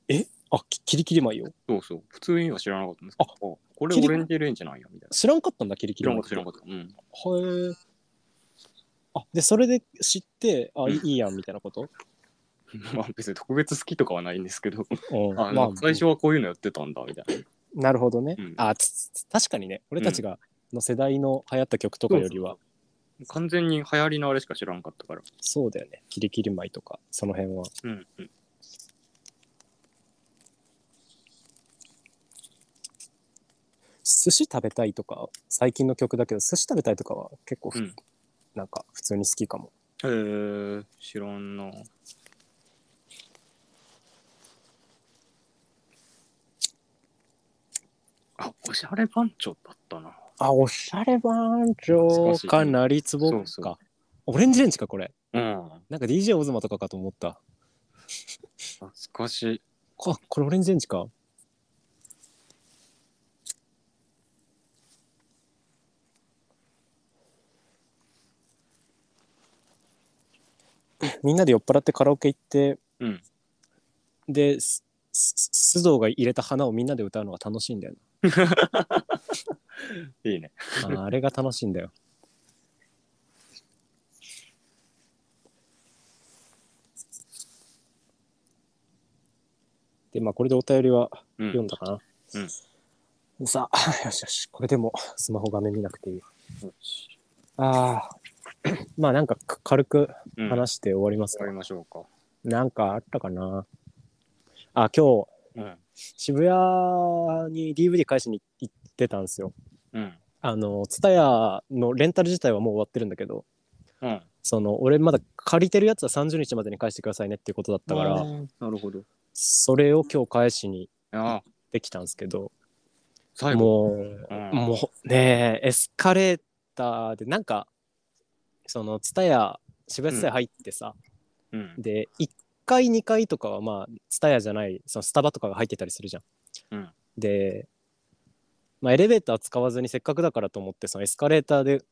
Speaker 1: ね。
Speaker 2: あ、きキリキリ前よ。
Speaker 1: そうそう。普通には知らなかったんですけど、あこれ
Speaker 2: キリ
Speaker 1: オレンジレンジなんや、みたいな。
Speaker 2: 知らんかったんだ、キリ
Speaker 1: 知
Speaker 2: キリ
Speaker 1: らな
Speaker 2: 前
Speaker 1: かった、知らなかった。うん。
Speaker 2: へえ。あ、で、それで知って、あ、いい
Speaker 1: うん
Speaker 2: いいやん、みたいなこと、
Speaker 1: まあ別に特別好きとかはないんですけど、
Speaker 2: うん、
Speaker 1: あまあ、最初はこういうのやってたんだみたいな。
Speaker 2: なるほどね。
Speaker 1: うん
Speaker 2: あつつ確かにね、俺たちがの世代の流行った曲とかよりは、
Speaker 1: 完全に流行りのあれしか知らんかったから。
Speaker 2: そうだよね。キリキリ舞とか、その辺は。
Speaker 1: うんうん。
Speaker 2: 寿司食べたいとか、最近の曲だけど、寿司食べたいとかは結構ふ、
Speaker 1: うん
Speaker 2: なんか普通に好きかも。
Speaker 1: へえー、知らんな。あ、おしゃれ番長だったな。
Speaker 2: あ、おしゃれ番長か、
Speaker 1: 懐かしい
Speaker 2: なりつぼか。
Speaker 1: そうそう
Speaker 2: オレンジレンジか、これ。
Speaker 1: うん。
Speaker 2: なんか DJ オズマとかかと思った。
Speaker 1: 懐かしい。
Speaker 2: あ、これオレンジレンジ か。みんなで酔っ払ってカラオケ行って、
Speaker 1: うん
Speaker 2: で、すす須藤が入れた花をみんなで歌うのが楽しいんだよ
Speaker 1: いいね。
Speaker 2: な。あーあれが楽しいんだよ。で、まあ、これでお便りは
Speaker 1: う
Speaker 2: 読ん
Speaker 1: ん。
Speaker 2: だかな。さあ、よ しよし。これでもスマホ画面見なくていい。ああ。 まあなんかか軽く
Speaker 1: うん、終
Speaker 2: 話して終わりますか、
Speaker 1: わりましょうか。
Speaker 2: なんかあったかなあ、今
Speaker 1: う
Speaker 2: 日
Speaker 1: ん。
Speaker 2: 渋谷に DVD 返しに行ってたんですよ。
Speaker 1: うん。
Speaker 2: あの、ツタヤのレンタル自体はもう終わってるんだけど、
Speaker 1: うん。
Speaker 2: その、俺まだ借りてるやつは30日までに返してくださいねっていうことだったか
Speaker 1: あ
Speaker 2: ら、
Speaker 1: ーなるほど。
Speaker 2: それを今日返しに
Speaker 1: ああ、
Speaker 2: できたんですけど、
Speaker 1: 最後。
Speaker 2: もう、
Speaker 1: うん。
Speaker 2: もうねえエスカレーターでなんかその蔦屋渋谷蔦屋入ってさ、
Speaker 1: うん。
Speaker 2: で1階2階とかはまあ蔦屋じゃないそのスタバとかが入ってたりするじゃん。
Speaker 1: うん
Speaker 2: で、まあ、エレベーター使わずにせっかくだからと思ってそのエスカレーターで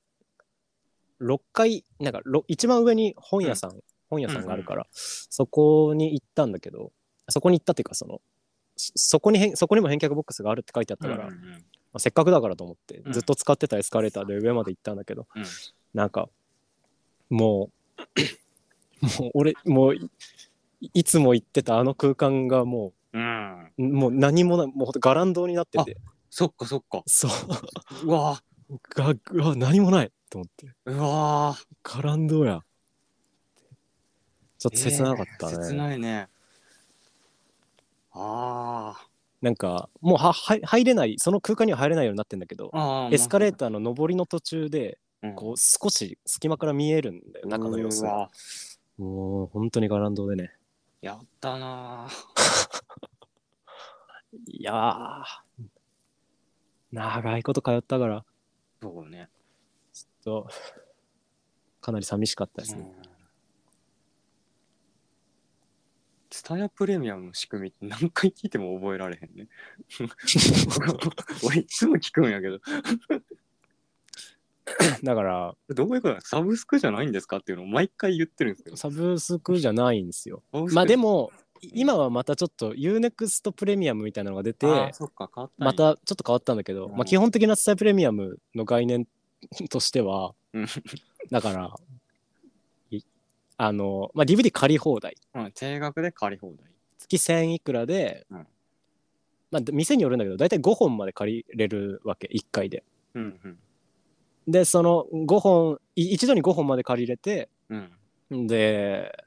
Speaker 2: 6階なんかろ一番上に本屋さん、本屋さんがあるから、そこに行ったんだけどそこに行ったっていうかそのそそこにへんそこにも返却ボックスがあるって書いてあったから、
Speaker 1: うんうん
Speaker 2: まあ、せっかくだからと思って
Speaker 1: うん
Speaker 2: ずっと使ってたエスカレーターで上まで行ったんだけど、
Speaker 1: うん
Speaker 2: なんかもう もう俺もういいつも行ってたあの空間がも
Speaker 1: うん。うん。
Speaker 2: うもう何もないもうほんとガランドになってて
Speaker 1: そっかそっか。
Speaker 2: そう
Speaker 1: うわ
Speaker 2: がうわ何もないと思って。
Speaker 1: うわー
Speaker 2: 絡んどうや。ちょっと切なかったね。
Speaker 1: えー切ないね。あ
Speaker 2: なんか、もうははい入れない、その空間には入れないようになってんだけど
Speaker 1: ー、あー。
Speaker 2: エスカレー
Speaker 1: ト、
Speaker 2: ターの上りの途中で、
Speaker 1: うん
Speaker 2: こう少し隙間から見えるんだよ、中の様子
Speaker 1: う
Speaker 2: が。
Speaker 1: わ
Speaker 2: もう本当にガランドでね。
Speaker 1: やったなー
Speaker 2: いやー、長いこと通ったから、
Speaker 1: そうね。
Speaker 2: ちょっと、かなり寂しかったですね。
Speaker 1: ツタヤプレミアムの仕組みって何回聞いても覚えられへん ね。俺いつも聞くんやけど、
Speaker 2: だから、
Speaker 1: どういうことなのサブスクじゃないんですかっていうのを毎回言ってるんですけど。
Speaker 2: サブスクじゃないんですよ。
Speaker 1: サブスク
Speaker 2: まあでも、今はまたちょっと UNEXT プレミアムみたいなのが出て、
Speaker 1: あーそっか変わったんや
Speaker 2: ま、たちょっと変わったんだけど、
Speaker 1: うん
Speaker 2: まあ、基本的なスタイルプレミアムの概念としては
Speaker 1: うん
Speaker 2: だからいあの、まあ、DVD 借り放題
Speaker 1: うん、定額で借り放題。
Speaker 2: 月1000いくらで、
Speaker 1: うん
Speaker 2: まあ、店によるんだけど大体5本まで借りれるわけ1回で
Speaker 1: うんうん。
Speaker 2: でその5本い一度に5本まで借りれて
Speaker 1: うん。
Speaker 2: で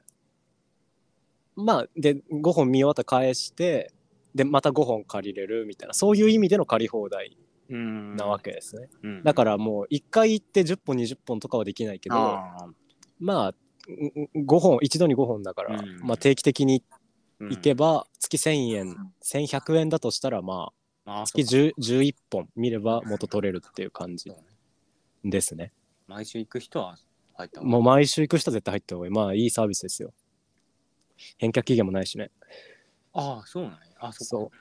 Speaker 2: まあで5本見終わったら返してでまた5本借りれるみたいなそういう意味での借り放題
Speaker 1: うん
Speaker 2: なわけですね、
Speaker 1: うん
Speaker 2: だからもう1回行って10本20本とかはできないけど
Speaker 1: あ
Speaker 2: まあ5本一度に5本だから、
Speaker 1: うん
Speaker 2: まあ、定期的に
Speaker 1: ー
Speaker 2: 行け
Speaker 1: うん
Speaker 2: ば月1000円、1100円だとしたらまあ
Speaker 1: まあ、
Speaker 2: 月
Speaker 1: そっか
Speaker 2: 10 11本見れば元取れるっていう感じですね。
Speaker 1: 毎週行く人は入った方が
Speaker 2: もう毎週行く人は絶対入った方がいい。まあいいサービスですよ。返却期限もないしね。
Speaker 1: ああ、そうなんや。あそ
Speaker 2: そ
Speaker 1: こ。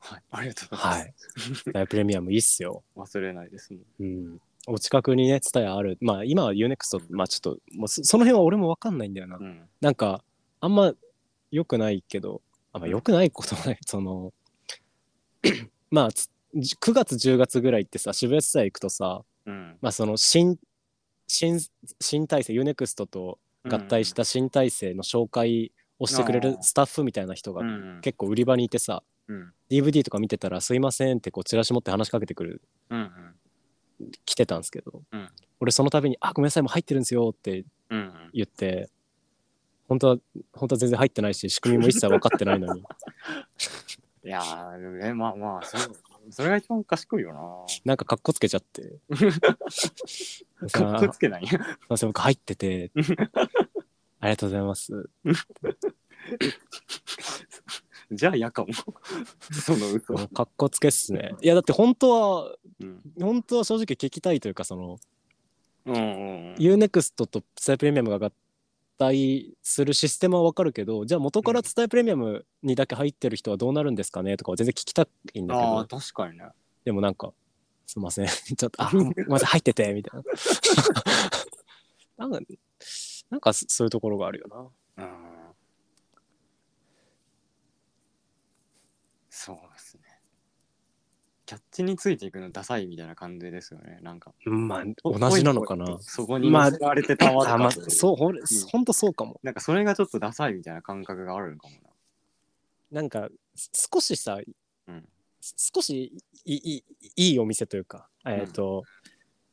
Speaker 1: はい、 ありがとうございま
Speaker 2: は
Speaker 1: す。
Speaker 2: い。スタイルプレミアムいいっすよ。
Speaker 1: 忘れないですもん。
Speaker 2: うん。お近くにね、ツタヤある。まあ今は UNEXT、まあちょっと、もうそその辺は俺もわかんないんだよな。
Speaker 1: うん。
Speaker 2: なんか、あんま良くないけど、あんま良くないことはない。その、 まあ、つ9月、10月ぐらいってさ、渋谷地裁行くとさ、
Speaker 1: うん。
Speaker 2: まあ、その新、新、新体制、UNEXT と合体した新体制の紹介をしてくれる
Speaker 1: あー
Speaker 2: スタッフみたいな人
Speaker 1: う
Speaker 2: が
Speaker 1: ん。うん。
Speaker 2: 結構売り場にいてさ、
Speaker 1: うん。
Speaker 2: DVD とか見てたら、すいませんってこう、チラシ持って話しかけてくる、
Speaker 1: うん。
Speaker 2: 来てたんですけど、
Speaker 1: うん
Speaker 2: 俺その度に、あ、ごめんなさい、もう入ってるんですよって
Speaker 1: うん。うん。
Speaker 2: 言って本当は本当は全然入ってないし仕組みも一切分かってないの に
Speaker 1: いやー、でもね、まあまあ、そうそれが一番賢いよ
Speaker 2: なんかかっこつけちゃって
Speaker 1: な。
Speaker 2: さあ
Speaker 1: かっこつけない。
Speaker 2: すいません僕入っててありがとうございます
Speaker 1: じゃあ、やかも。 その嘘。
Speaker 2: かっこつけっすねいやだって本当は
Speaker 1: うん。
Speaker 2: 本当は正直聞きたいというかその
Speaker 1: うんうんうん。
Speaker 2: UNEXT と伝えプレミアムが合体するシステムは分かるけどじゃあ元から伝えプレミアムにだけ入ってる人はどうなるんですかねとかは全然聞きたいんだけ
Speaker 1: ああ、
Speaker 2: ど
Speaker 1: 確かにね。
Speaker 2: でもなんかすいません ちょっとあごめんなさい入っててみたいななんかなんかそそういうところがあるよな
Speaker 1: うん。そうですね。キャッチについていくのダサいみたいな感じですよね。なんか。
Speaker 2: まあ同じなのかな
Speaker 1: そこに乗せられてたまった
Speaker 2: あ、まあ
Speaker 1: という、
Speaker 2: そうほれほんとそうかも
Speaker 1: なんかそれがちょっとダサいみたいな感覚があるのかも
Speaker 2: なんかす少しさ
Speaker 1: な。うん。
Speaker 2: す少しいいいいいいお店というかえっ、と、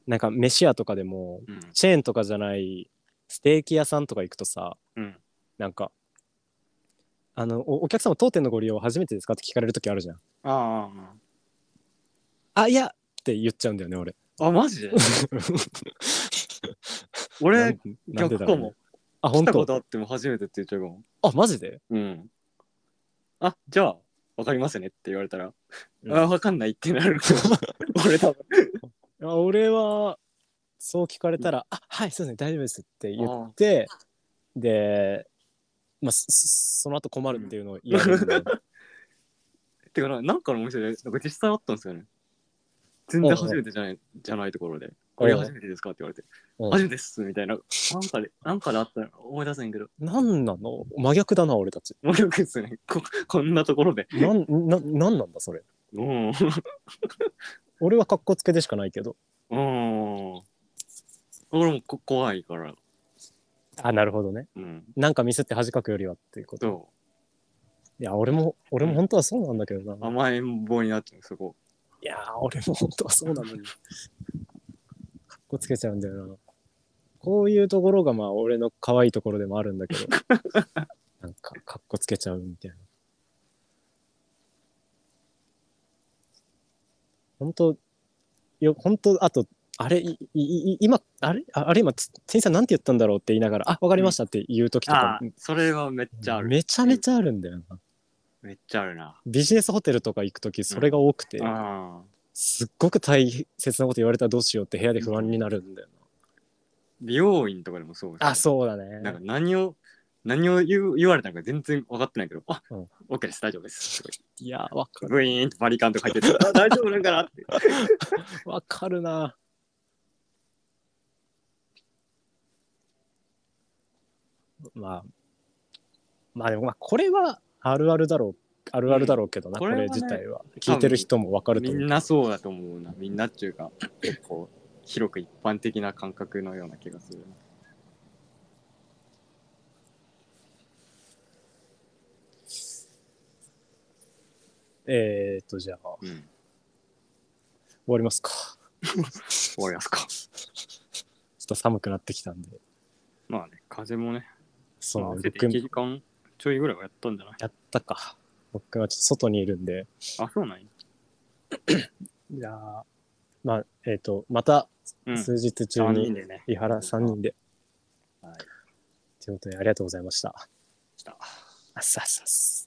Speaker 2: なんか飯屋とかでも
Speaker 1: うん。
Speaker 2: チェーンとかじゃないステーキ屋さんとか行くとさ
Speaker 1: うん。
Speaker 2: なんかあのおお客様当店のご利用初めてですかって聞かれる時あるじゃん
Speaker 1: あ
Speaker 2: あいやって言っちゃうんだよね俺
Speaker 1: あ。あ、マ ジで俺、
Speaker 2: なんで
Speaker 1: 逆か
Speaker 2: だろうね
Speaker 1: も。
Speaker 2: あ、
Speaker 1: 来
Speaker 2: 本
Speaker 1: たこと
Speaker 2: 当
Speaker 1: あっても初めてって言っちゃうかも。
Speaker 2: あ、マジで、
Speaker 1: うん。あ、じゃあ、わかりますねって言われたら、あ、
Speaker 2: あ
Speaker 1: わかんないってなる。 俺多分。
Speaker 2: 俺は、そう聞かれたら、あ、はい、そうですね、大丈夫ですって言って、で、まあ、そその後困るっていうのを言われるん で、
Speaker 1: てかな、なんかのお店で、なんか実際あったんですよね。全然初めてじゃない、じゃないところで。これ初めてですかって言われて。
Speaker 2: うん
Speaker 1: 初めてですみたいな。なんかで、なんかであったら思い出せんけど、
Speaker 2: なんなの真逆だな、俺たち。
Speaker 1: もうよくですね。こ、こんなところで。
Speaker 2: なん、な、なんなんだ、それ。
Speaker 1: うん。
Speaker 2: 俺は格好つけでしかないけど。
Speaker 1: うん。俺もこ怖いから。
Speaker 2: あ、なるほどね。
Speaker 1: うん。
Speaker 2: なんかミスって恥かくよりはっていうこと。
Speaker 1: そ
Speaker 2: いや、俺も、俺も本当はそうなんだけど
Speaker 1: う。
Speaker 2: な。
Speaker 1: 甘えん坊になっちゃう、そこ。
Speaker 2: いやー、俺も本当はそうなのに。かっこつけちゃうんだよな。こういうところがまあ俺の可愛いところでもあるんだけ ど、なんかかっこつけちゃうみたいな。本当よ、本当あと、あれ、いいい今、あれ、ああれ今、つ店員さんなんて言ったんだろうって言いながら、あ、わかりましたって言うときと
Speaker 1: あ
Speaker 2: か
Speaker 1: あ、、それはめっちゃある。
Speaker 2: めちゃめちゃあるんだよな。
Speaker 1: めっちゃあるな。
Speaker 2: ビジネスホテルとか行くとき、それが多くて、
Speaker 1: ああ。
Speaker 2: すっごく大切なこと言われたらどうしようって部屋で不安になるんだよ
Speaker 1: 美容院とかでもそう
Speaker 2: な。あ、そうだ
Speaker 1: なんか
Speaker 2: ね。
Speaker 1: 何を、何を言う言われたのか全然分かってないけど、あ、
Speaker 2: うん
Speaker 1: オッケーです、大丈夫です。とか
Speaker 2: いや、わ
Speaker 1: 言
Speaker 2: か
Speaker 1: ってブイーンとバリカンとか入ってて、あ、大丈夫なんかな って。
Speaker 2: わかるな。まあ、まあでも、まあ、これはあるあるだろう、あるあるだろうけどな、
Speaker 1: こ
Speaker 2: こ
Speaker 1: れは
Speaker 2: れ
Speaker 1: ね
Speaker 2: 自体は。聞いてる人もわかると
Speaker 1: み
Speaker 2: 思
Speaker 1: ん
Speaker 2: う。
Speaker 1: なそうだと思うな。みんなっていうか、結構広く一般的な感覚のような気がするな。
Speaker 2: えーっと、じゃあ、終
Speaker 1: うん。
Speaker 2: わりますか。
Speaker 1: 終わりますか。
Speaker 2: ちょっと寒くなってきたんで。
Speaker 1: まあね、風もね、
Speaker 2: そ
Speaker 1: 合
Speaker 2: う
Speaker 1: わ、せて
Speaker 2: 僕
Speaker 1: 1、時間ちょいぐらいはやったんじゃない
Speaker 2: やったか。僕はちょっと外にいるんで。
Speaker 1: あ、そうなんや
Speaker 2: じゃあ、まあ、えーっと、また
Speaker 1: うん。
Speaker 2: 数日中
Speaker 1: 3
Speaker 2: に、
Speaker 1: 人でね。
Speaker 2: 伊原3人で。
Speaker 1: はい。
Speaker 2: ということで、ありがとうございました。
Speaker 1: した。
Speaker 2: あっさっさっす。